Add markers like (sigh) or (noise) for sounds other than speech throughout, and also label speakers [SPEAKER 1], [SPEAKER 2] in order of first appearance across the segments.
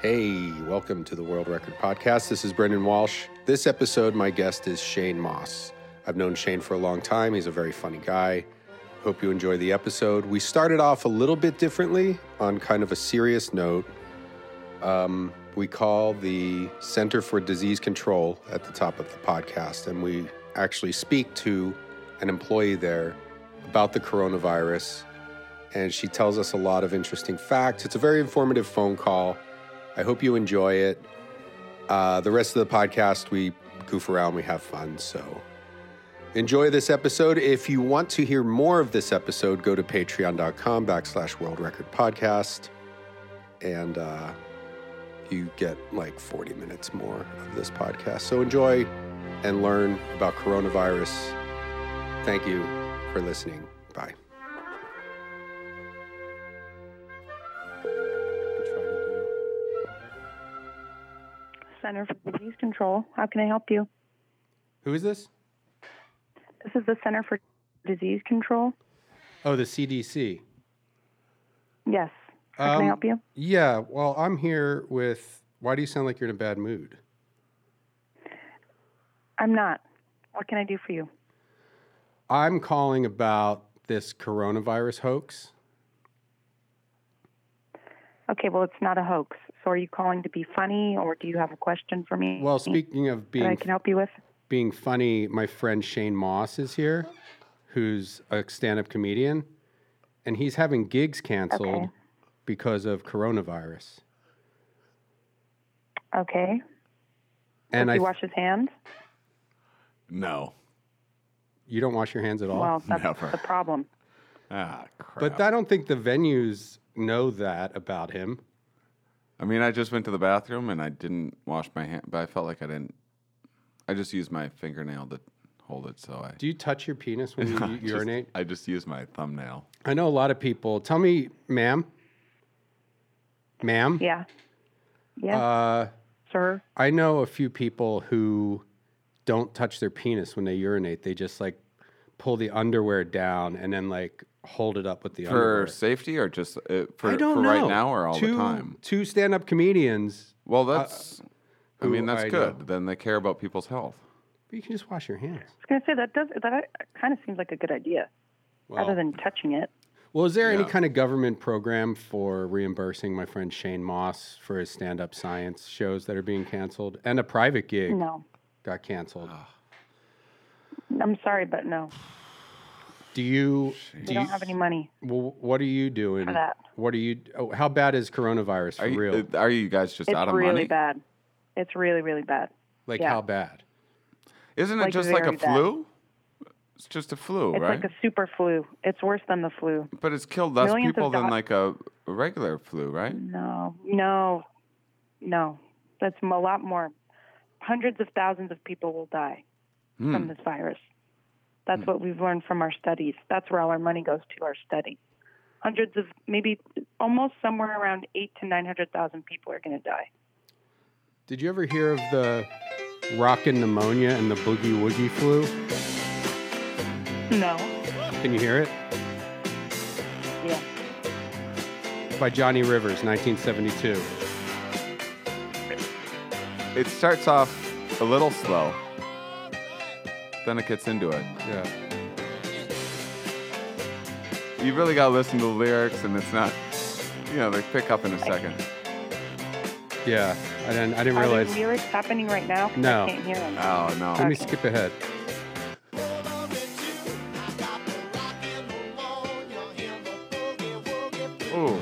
[SPEAKER 1] Hey, welcome to the World Record Podcast. This is Brendan Walsh. This episode, my guest is Shane Moss. I've known Shane for a long time. He's a very funny guy. Hope you enjoy the episode. We started off a little bit differently on kind of a serious note. Um, we call the Center for Disease Control at the top of the podcast, and we actually speak to an employee there about the coronavirus. And she tells us a lot of interesting facts. It's a very informative phone call. I hope you enjoy it. Uh, the rest of the podcast, we goof around, we have fun. So enjoy this episode. If you want to hear more of this episode, go to patreon.com backslash world record podcast. And uh, you get like 40 minutes more of this podcast. So enjoy and learn about coronavirus. Thank you for listening. Bye.
[SPEAKER 2] Center for Disease Control. How can I help you?
[SPEAKER 1] Who is this?
[SPEAKER 2] This is the Center for Disease Control.
[SPEAKER 1] Oh, the CDC.
[SPEAKER 2] Yes. How
[SPEAKER 1] Um,
[SPEAKER 2] can I help you?
[SPEAKER 1] Yeah, well, I'm here with. Why do you sound like you're in a bad mood?
[SPEAKER 2] I'm not. What can I do for you?
[SPEAKER 1] I'm calling about this coronavirus hoax.
[SPEAKER 2] Okay, well, it's not a hoax. So are you calling to be funny or do you have a question for me?
[SPEAKER 1] Well, speaking of
[SPEAKER 2] That I
[SPEAKER 1] being
[SPEAKER 2] can help you with?
[SPEAKER 1] being funny, my friend Shane Moss is here, who's a stand-up comedian, and he's having gigs canceled
[SPEAKER 2] Okay.
[SPEAKER 1] because of coronavirus.
[SPEAKER 2] Okay.
[SPEAKER 1] And I,
[SPEAKER 2] Does he wash his hands?
[SPEAKER 3] No.
[SPEAKER 1] you don't wash your hands at all.
[SPEAKER 2] Well, that's
[SPEAKER 3] never.
[SPEAKER 2] the problem.
[SPEAKER 3] Ah, crap.
[SPEAKER 1] but I don't think the venues know that about him.
[SPEAKER 3] I mean, I just went to the bathroom and I didn't wash my hand, but I felt like I didn't. I just used my fingernail to hold it, so I.
[SPEAKER 1] Do you touch your penis when you
[SPEAKER 3] I
[SPEAKER 1] u-
[SPEAKER 3] just-
[SPEAKER 1] urinate?
[SPEAKER 3] I just used my thumbnail.
[SPEAKER 1] I know a lot of people. Tell me, ma'am. Ma'am.
[SPEAKER 2] Yeah. Yeah,
[SPEAKER 1] Uh,
[SPEAKER 2] sir.
[SPEAKER 1] I know a few people who don't touch their penis when they urinate. They just like pull the underwear down and then like hold it up with the
[SPEAKER 3] For
[SPEAKER 1] underwear.
[SPEAKER 3] safety or just uh, for,
[SPEAKER 1] I don't
[SPEAKER 3] for
[SPEAKER 1] know.
[SPEAKER 3] right now or all
[SPEAKER 1] two,
[SPEAKER 3] the time?
[SPEAKER 1] Two stand-up comedians.
[SPEAKER 3] Well, that's. I
[SPEAKER 1] who
[SPEAKER 3] mean, that's
[SPEAKER 1] I
[SPEAKER 3] good.
[SPEAKER 1] know.
[SPEAKER 3] Then they care about people's health.
[SPEAKER 1] But you can just wash your hands.
[SPEAKER 2] I was going to say, that does that kind of seems like a good idea rather
[SPEAKER 1] Well,
[SPEAKER 2] than touching it.
[SPEAKER 1] well, is there any
[SPEAKER 3] Yeah.
[SPEAKER 1] kind of government program for reimbursing my friend Shane Moss for his stand-up science shows that are being canceled and a private gig
[SPEAKER 2] No.
[SPEAKER 1] got canceled?
[SPEAKER 2] I'm sorry, but no.
[SPEAKER 1] Do you? Do
[SPEAKER 2] We
[SPEAKER 1] you
[SPEAKER 2] don't have any money
[SPEAKER 1] well, what are you doing?
[SPEAKER 2] for that.
[SPEAKER 1] What are you? Oh, how bad is coronavirus for
[SPEAKER 3] Are you,
[SPEAKER 1] real?
[SPEAKER 3] uh, are you guys just
[SPEAKER 2] It's
[SPEAKER 3] out of
[SPEAKER 2] really
[SPEAKER 3] money?
[SPEAKER 2] bad. It's really, really bad.
[SPEAKER 1] Like
[SPEAKER 2] Yeah.
[SPEAKER 1] how bad?
[SPEAKER 3] Isn't it
[SPEAKER 2] Like,
[SPEAKER 3] just like a
[SPEAKER 2] very bad.
[SPEAKER 3] flu? It's just a flu,
[SPEAKER 2] It's
[SPEAKER 3] right?
[SPEAKER 2] like a super flu. It's worse than the flu.
[SPEAKER 3] but it's killed less
[SPEAKER 2] millions of
[SPEAKER 3] people than
[SPEAKER 2] doc-
[SPEAKER 3] like a regular flu, right?
[SPEAKER 2] No, no, no. That's a lot more. Hundreds of thousands of people will die
[SPEAKER 3] Hmm.
[SPEAKER 2] from this virus. That's what we've learned from our studies. That's where all our money goes to our study. Hundreds of maybe almost somewhere around eight to nine hundred thousand people are going to die.
[SPEAKER 1] Did you ever hear of the rockin' pneumonia and the boogie woogie flu?
[SPEAKER 2] No,
[SPEAKER 1] Can you hear it?
[SPEAKER 2] yeah,
[SPEAKER 1] By Johnny Rivers, 1972.
[SPEAKER 3] It starts off a little slow, then it gets into it.
[SPEAKER 1] Yeah.
[SPEAKER 3] You really gotta listen to the lyrics, and it's not, you know, they pick up in a second.
[SPEAKER 1] Yeah. I didn't, I didn't
[SPEAKER 2] are there
[SPEAKER 1] realize.
[SPEAKER 2] lyrics happening right now? 'Cause
[SPEAKER 1] No.
[SPEAKER 2] I can't hear them.
[SPEAKER 3] Oh no!
[SPEAKER 1] Let me
[SPEAKER 2] Okay.
[SPEAKER 1] skip ahead.
[SPEAKER 3] Ooh,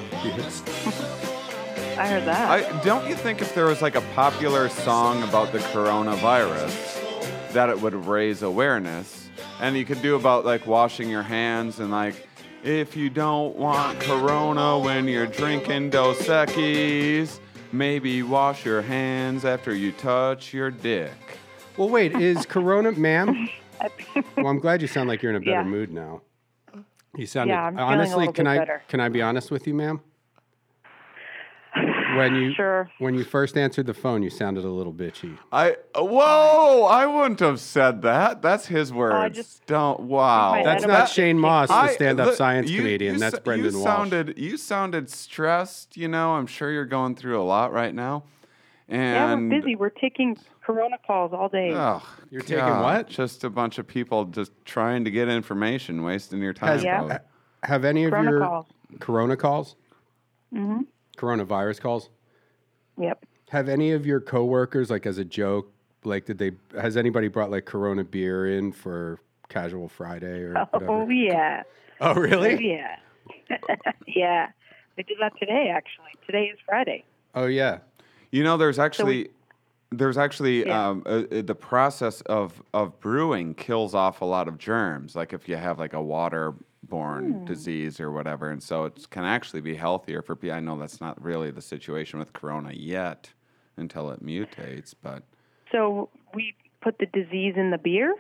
[SPEAKER 2] I heard that.
[SPEAKER 3] I don't you think if there was like a popular song about the coronavirus, that it would raise awareness, and you could do about like washing your hands and like. If you don't want corona when you're drinking Dos Equis, maybe wash your hands after you touch your dick.
[SPEAKER 1] Well, wait, is corona, ma'am?
[SPEAKER 2] (laughs) I think-
[SPEAKER 1] Well, I'm glad you sound like you're in a better
[SPEAKER 2] Yeah.
[SPEAKER 1] mood now. You sounded
[SPEAKER 2] Yeah, I'm feeling a
[SPEAKER 1] honestly.
[SPEAKER 2] little
[SPEAKER 1] Can
[SPEAKER 2] bit
[SPEAKER 1] I
[SPEAKER 2] better.
[SPEAKER 1] can I be honest with you, ma'am? when you
[SPEAKER 2] Sure.
[SPEAKER 1] when you first answered the phone, you sounded a little bitchy.
[SPEAKER 3] I whoa! I wouldn't have said that. That's his words.
[SPEAKER 2] just-
[SPEAKER 3] Don't wow.
[SPEAKER 2] I
[SPEAKER 1] That's
[SPEAKER 2] don't
[SPEAKER 1] not
[SPEAKER 2] know.
[SPEAKER 1] Shane Moss, the
[SPEAKER 3] I-
[SPEAKER 1] stand-up
[SPEAKER 3] look,
[SPEAKER 1] science
[SPEAKER 3] you-
[SPEAKER 1] comedian.
[SPEAKER 3] you
[SPEAKER 1] That's
[SPEAKER 3] s-
[SPEAKER 1] Brendan
[SPEAKER 3] you
[SPEAKER 1] Walsh.
[SPEAKER 3] Sounded, you sounded stressed. You know, I'm sure you're going through a lot right now.
[SPEAKER 2] Yeah,
[SPEAKER 3] And
[SPEAKER 2] we're busy. We're taking Corona calls all day.
[SPEAKER 3] Oh,
[SPEAKER 1] You're taking
[SPEAKER 3] God,
[SPEAKER 1] what?
[SPEAKER 3] Just a bunch of people just trying to get information, wasting your time.
[SPEAKER 1] Has-
[SPEAKER 2] Yeah.
[SPEAKER 3] probably.
[SPEAKER 1] Have any of
[SPEAKER 2] Corona
[SPEAKER 1] your
[SPEAKER 2] calls.
[SPEAKER 1] Corona calls? Mm-hmm. Coronavirus calls.
[SPEAKER 2] Yep.
[SPEAKER 1] Have any of your coworkers, like as a joke, like did they? Has anybody brought like Corona beer in for casual Friday or
[SPEAKER 2] (laughs) Oh
[SPEAKER 1] whatever?
[SPEAKER 2] yeah.
[SPEAKER 1] Oh, really?
[SPEAKER 2] Yeah. yeah. (laughs) We did that today actually. Today is Friday.
[SPEAKER 1] Oh, yeah.
[SPEAKER 3] You know, there's actually there's actually
[SPEAKER 2] Yeah.
[SPEAKER 3] um, uh, uh, the process of of brewing kills off a lot of germs. Like if you have like a waterborne disease or whatever, and so it can actually be healthier for people. I know that's not really the situation with Corona yet, until it mutates. But
[SPEAKER 2] So we put the disease in the beer?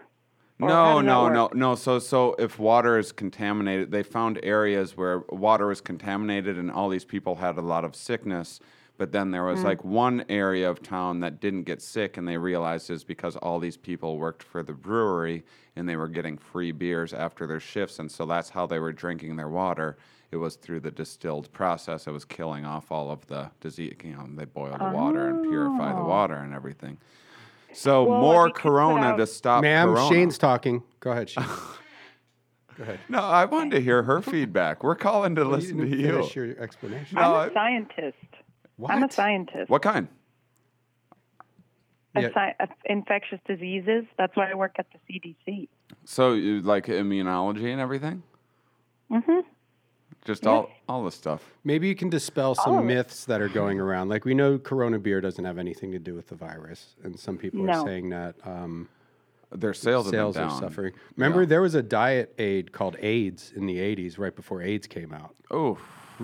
[SPEAKER 2] Or how does
[SPEAKER 3] no,
[SPEAKER 2] that
[SPEAKER 3] no,
[SPEAKER 2] work?
[SPEAKER 3] no, no. So so if water is contaminated, they found areas where water was contaminated, and all these people had a lot of sickness. But then there was
[SPEAKER 2] Mm.
[SPEAKER 3] like one area of town that didn't get sick, and they realized is because all these people worked for the brewery and they were getting free beers after their shifts, and so that's how they were drinking their water. It was through the distilled process. It was killing off all of the disease. You know, they boil the water and purify the water and everything. So
[SPEAKER 2] Oh. Well, if
[SPEAKER 3] more
[SPEAKER 2] you could put
[SPEAKER 3] Corona
[SPEAKER 2] out-
[SPEAKER 3] to stop.
[SPEAKER 1] Ma'am,
[SPEAKER 3] Uh, corona.
[SPEAKER 1] Shane's talking. Go ahead, Shane.
[SPEAKER 3] No, I wanted to hear her feedback. We're calling to (laughs) listen
[SPEAKER 1] you
[SPEAKER 3] to
[SPEAKER 1] didn't
[SPEAKER 3] you.
[SPEAKER 1] finish your explanation.
[SPEAKER 3] No,
[SPEAKER 2] I'm
[SPEAKER 3] I-
[SPEAKER 2] a scientist. I'm a scientist.
[SPEAKER 3] Uh, What kind?
[SPEAKER 2] A
[SPEAKER 1] Yeah.
[SPEAKER 2] sci- a- infectious diseases. That's why I work at the CDC.
[SPEAKER 3] So, you like immunology and everything? Mm-hmm. Just all all the stuff.
[SPEAKER 1] Maybe you can dispel some
[SPEAKER 2] Oh.
[SPEAKER 1] myths that are going around. Like we know Corona beer doesn't have anything to do with the virus, and some people are
[SPEAKER 2] No.
[SPEAKER 1] saying that um,
[SPEAKER 3] Their sales,
[SPEAKER 1] sales
[SPEAKER 3] have been
[SPEAKER 1] are
[SPEAKER 3] down.
[SPEAKER 1] suffering. Remember, there was a diet aid called AIDS in the '80s, right before AIDS came out.
[SPEAKER 3] Oh,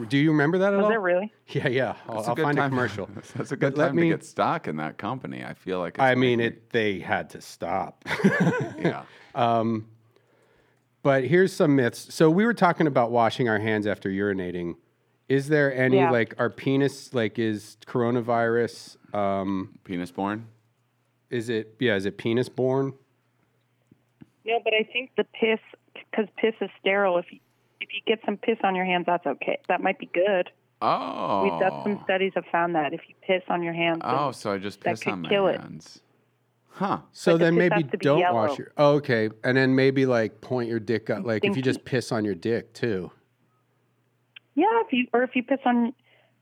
[SPEAKER 1] Do you remember that at all?
[SPEAKER 2] Was it really?
[SPEAKER 1] Yeah, yeah. I'll,
[SPEAKER 3] that's
[SPEAKER 1] I'll
[SPEAKER 3] a good
[SPEAKER 1] find a
[SPEAKER 3] time-
[SPEAKER 1] commercial.
[SPEAKER 3] (laughs) That's a good
[SPEAKER 1] But let
[SPEAKER 3] time
[SPEAKER 1] me-
[SPEAKER 3] to get stock in that company. I feel like. It's
[SPEAKER 1] I mean,
[SPEAKER 3] making-
[SPEAKER 1] it. They had to stop.
[SPEAKER 3] (laughs)
[SPEAKER 1] (laughs)
[SPEAKER 3] Yeah.
[SPEAKER 1] But here's some myths. So we were talking about washing our hands after urinating. Is there any
[SPEAKER 2] Yeah.
[SPEAKER 1] like our penis like is coronavirus? Um,
[SPEAKER 3] Penis born.
[SPEAKER 1] is it yeah? Is it penis born?
[SPEAKER 2] No, but I think the piss, because piss is sterile. If you, if you get some piss on your hands, that's okay. That might be good.
[SPEAKER 3] Oh.
[SPEAKER 2] We've done some studies have found that if you piss on your hands, then-
[SPEAKER 3] oh, so I just
[SPEAKER 2] that
[SPEAKER 3] piss
[SPEAKER 2] could
[SPEAKER 3] on my
[SPEAKER 2] kill it.
[SPEAKER 3] hands. Huh.
[SPEAKER 1] So
[SPEAKER 2] Like, it
[SPEAKER 1] then
[SPEAKER 2] just
[SPEAKER 1] maybe
[SPEAKER 2] has to be
[SPEAKER 1] don't
[SPEAKER 2] yellow.
[SPEAKER 1] wash your. Oh, okay, and then maybe like point your dick up. Like if you just piss on your dick too.
[SPEAKER 2] yeah. If you or if you piss on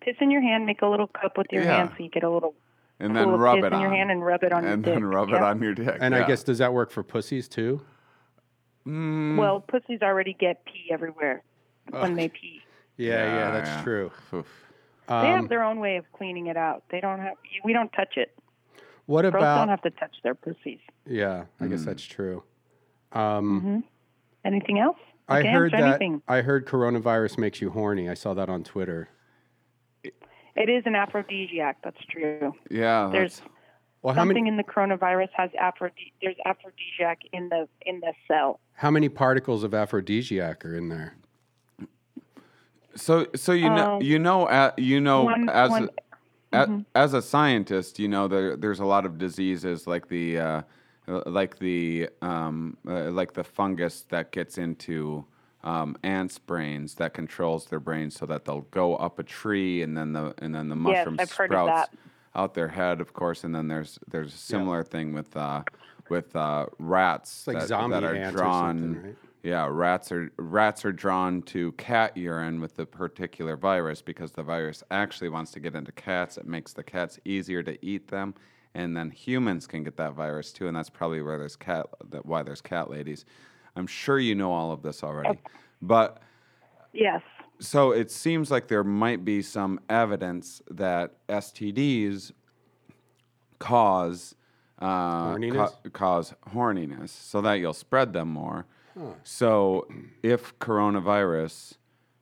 [SPEAKER 2] piss in your hand, make a little cup with your
[SPEAKER 3] Yeah.
[SPEAKER 2] hand so you get a little
[SPEAKER 3] And then
[SPEAKER 2] pool of
[SPEAKER 3] rub
[SPEAKER 2] piss
[SPEAKER 3] it
[SPEAKER 2] in
[SPEAKER 3] on
[SPEAKER 2] your hand and rub it on your
[SPEAKER 3] And
[SPEAKER 2] dick.
[SPEAKER 3] then rub it
[SPEAKER 2] Yeah.
[SPEAKER 3] on your dick.
[SPEAKER 1] And
[SPEAKER 3] yeah.
[SPEAKER 1] I guess does that work for pussies too?
[SPEAKER 3] Mm.
[SPEAKER 2] Well, pussies already get pee everywhere when they pee.
[SPEAKER 1] Yeah, yeah, that's
[SPEAKER 3] yeah.
[SPEAKER 1] true.
[SPEAKER 3] Oof.
[SPEAKER 2] They
[SPEAKER 3] Um,
[SPEAKER 2] have their own way of cleaning it out. They don't have. We don't touch it.
[SPEAKER 1] What
[SPEAKER 2] Girls
[SPEAKER 1] about?
[SPEAKER 2] don't have to touch their pussies.
[SPEAKER 1] yeah, I
[SPEAKER 3] Mm.
[SPEAKER 1] guess that's true.
[SPEAKER 2] Mm-hmm.
[SPEAKER 1] Um,
[SPEAKER 2] Anything else?
[SPEAKER 1] I
[SPEAKER 2] Like,
[SPEAKER 1] heard
[SPEAKER 2] answer
[SPEAKER 1] that.
[SPEAKER 2] anything.
[SPEAKER 1] I heard coronavirus makes you horny. I saw that on Twitter.
[SPEAKER 2] It is an aphrodisiac. That's true.
[SPEAKER 3] Yeah.
[SPEAKER 2] There's
[SPEAKER 3] that's-
[SPEAKER 1] Well, how
[SPEAKER 2] Something
[SPEAKER 1] many
[SPEAKER 2] in the coronavirus has aphrodisiac. There's aphrodisiac in the in the cell.
[SPEAKER 1] how many particles of aphrodisiac are in there?
[SPEAKER 3] So, so you know, you know, uh, you know,
[SPEAKER 2] Oh. one-
[SPEAKER 3] as
[SPEAKER 2] one- mm-hmm.
[SPEAKER 3] a, a, as a scientist, you know, there, there's a lot of diseases like the, uh, uh, like the, um, uh, like the fungus that gets into um, ants' brains that controls their brains so that they'll go up a tree and then the and then the mushroom
[SPEAKER 2] I've heard
[SPEAKER 3] sprouts
[SPEAKER 2] of that.
[SPEAKER 3] out their head, of course. And then there's there's a similar thing with uh, with uh, rats
[SPEAKER 1] like
[SPEAKER 3] that,
[SPEAKER 1] zombie
[SPEAKER 3] that are
[SPEAKER 1] ants or
[SPEAKER 3] drawn.
[SPEAKER 1] something, right?
[SPEAKER 3] Yeah, rats are rats are drawn to cat urine with the particular virus because the virus actually wants to get into cats. It makes the cats easier to eat them, and then humans can get that virus too. And that's probably where there's cat that why there's cat ladies. I'm sure you know all of this already, but
[SPEAKER 2] Yes.
[SPEAKER 3] so it seems like there might be some evidence that STDs cause uh,
[SPEAKER 1] Horniness?
[SPEAKER 3] cause horniness, so that you'll spread them more. So if coronavirus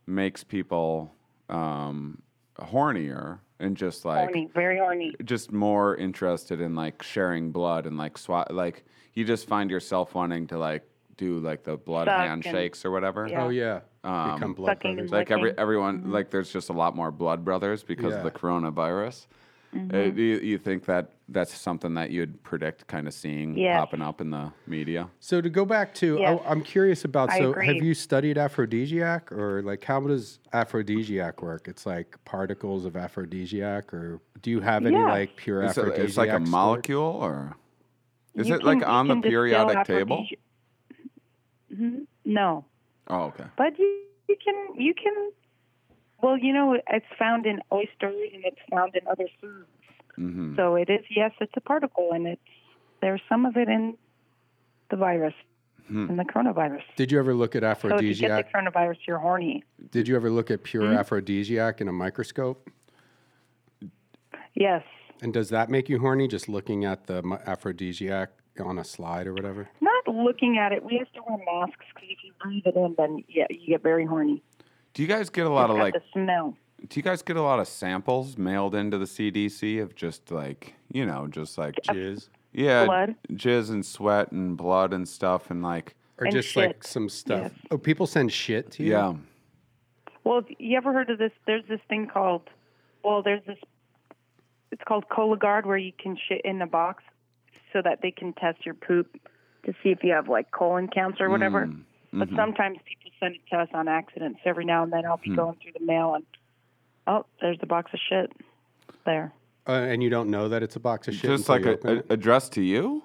[SPEAKER 3] makes people um, hornier and just like
[SPEAKER 2] Horny. Very horny.
[SPEAKER 3] just more interested in like sharing blood and like swat like you just find yourself wanting to like do like the blood
[SPEAKER 2] Suck and-
[SPEAKER 3] handshakes or whatever.
[SPEAKER 2] Yeah.
[SPEAKER 1] Oh yeah.
[SPEAKER 3] Um,
[SPEAKER 1] Become blood
[SPEAKER 2] Sucking
[SPEAKER 1] brothers.
[SPEAKER 2] and
[SPEAKER 3] like every
[SPEAKER 2] Licking.
[SPEAKER 3] everyone like there's just a lot more blood brothers because of
[SPEAKER 1] Yeah.
[SPEAKER 3] the coronavirus.
[SPEAKER 2] Mm-hmm.
[SPEAKER 3] Uh, you, you think that that's something that you'd predict kind of seeing
[SPEAKER 2] Yes.
[SPEAKER 3] popping up in the media?
[SPEAKER 1] So to go back to,
[SPEAKER 2] Yes.
[SPEAKER 1] I, I'm curious about.
[SPEAKER 2] I
[SPEAKER 1] So have
[SPEAKER 2] agree.
[SPEAKER 1] you studied aphrodisiac, or like how does aphrodisiac work? It's like particles of aphrodisiac, or do you have any
[SPEAKER 2] Yeah.
[SPEAKER 1] like pure
[SPEAKER 3] It's a,
[SPEAKER 1] aphrodisiac?
[SPEAKER 3] it's like a
[SPEAKER 1] stored?
[SPEAKER 3] molecule or is
[SPEAKER 2] You
[SPEAKER 3] it
[SPEAKER 2] can-
[SPEAKER 3] like
[SPEAKER 2] you
[SPEAKER 3] on the
[SPEAKER 2] can distill
[SPEAKER 3] periodic table?
[SPEAKER 2] aphrodisi- Mhm. No,
[SPEAKER 3] Oh, okay.
[SPEAKER 2] but you, you can you can. Well, you know, it's found in oysters and it's found in other foods.
[SPEAKER 3] hmm
[SPEAKER 2] So it is yes, it's a particle, and it there's some of it in the virus,
[SPEAKER 3] Hmm.
[SPEAKER 2] in the coronavirus.
[SPEAKER 1] Did you ever look at
[SPEAKER 2] So if you get the
[SPEAKER 1] aphrodisiac?
[SPEAKER 2] coronavirus, you're horny.
[SPEAKER 1] Did you ever look at pure
[SPEAKER 2] Hmm?
[SPEAKER 1] aphrodisiac in a microscope?
[SPEAKER 2] Yes.
[SPEAKER 1] And does that make you horny just looking at the mi- aphrodisiac on a slide or whatever?
[SPEAKER 2] Not looking at it. We have to wear masks because if you breathe it in, then yeah, you get very horny.
[SPEAKER 3] Do you guys get a lot
[SPEAKER 2] It's
[SPEAKER 3] of
[SPEAKER 2] got
[SPEAKER 3] like?
[SPEAKER 2] the smell.
[SPEAKER 3] Do you guys get a lot of samples mailed into the CDC of just like you know, just like
[SPEAKER 1] Jizz.
[SPEAKER 3] yeah,
[SPEAKER 2] Blood.
[SPEAKER 3] jizz and sweat and blood and stuff and like
[SPEAKER 1] Or
[SPEAKER 2] And
[SPEAKER 1] just like
[SPEAKER 2] shit.
[SPEAKER 1] some stuff. Oh, people send shit to you?
[SPEAKER 3] yeah.
[SPEAKER 2] Well, you ever heard of this? There's this thing called, well, there's this, it's called Cologuard, where you can shit in a box so that they can test your poop to see if you have like colon cancer or whatever.
[SPEAKER 3] Mm,
[SPEAKER 2] But
[SPEAKER 3] mhm.
[SPEAKER 2] sometimes people send it to us on accident. So every now and then I'll
[SPEAKER 3] Hmm.
[SPEAKER 2] be going through the mail and, oh, there's the box of shit there.
[SPEAKER 1] Uh, and you don't know that it's a box of shit.
[SPEAKER 3] just
[SPEAKER 1] until
[SPEAKER 3] like
[SPEAKER 1] you
[SPEAKER 3] a,
[SPEAKER 1] open
[SPEAKER 3] a,
[SPEAKER 1] it?
[SPEAKER 3] addressed to you,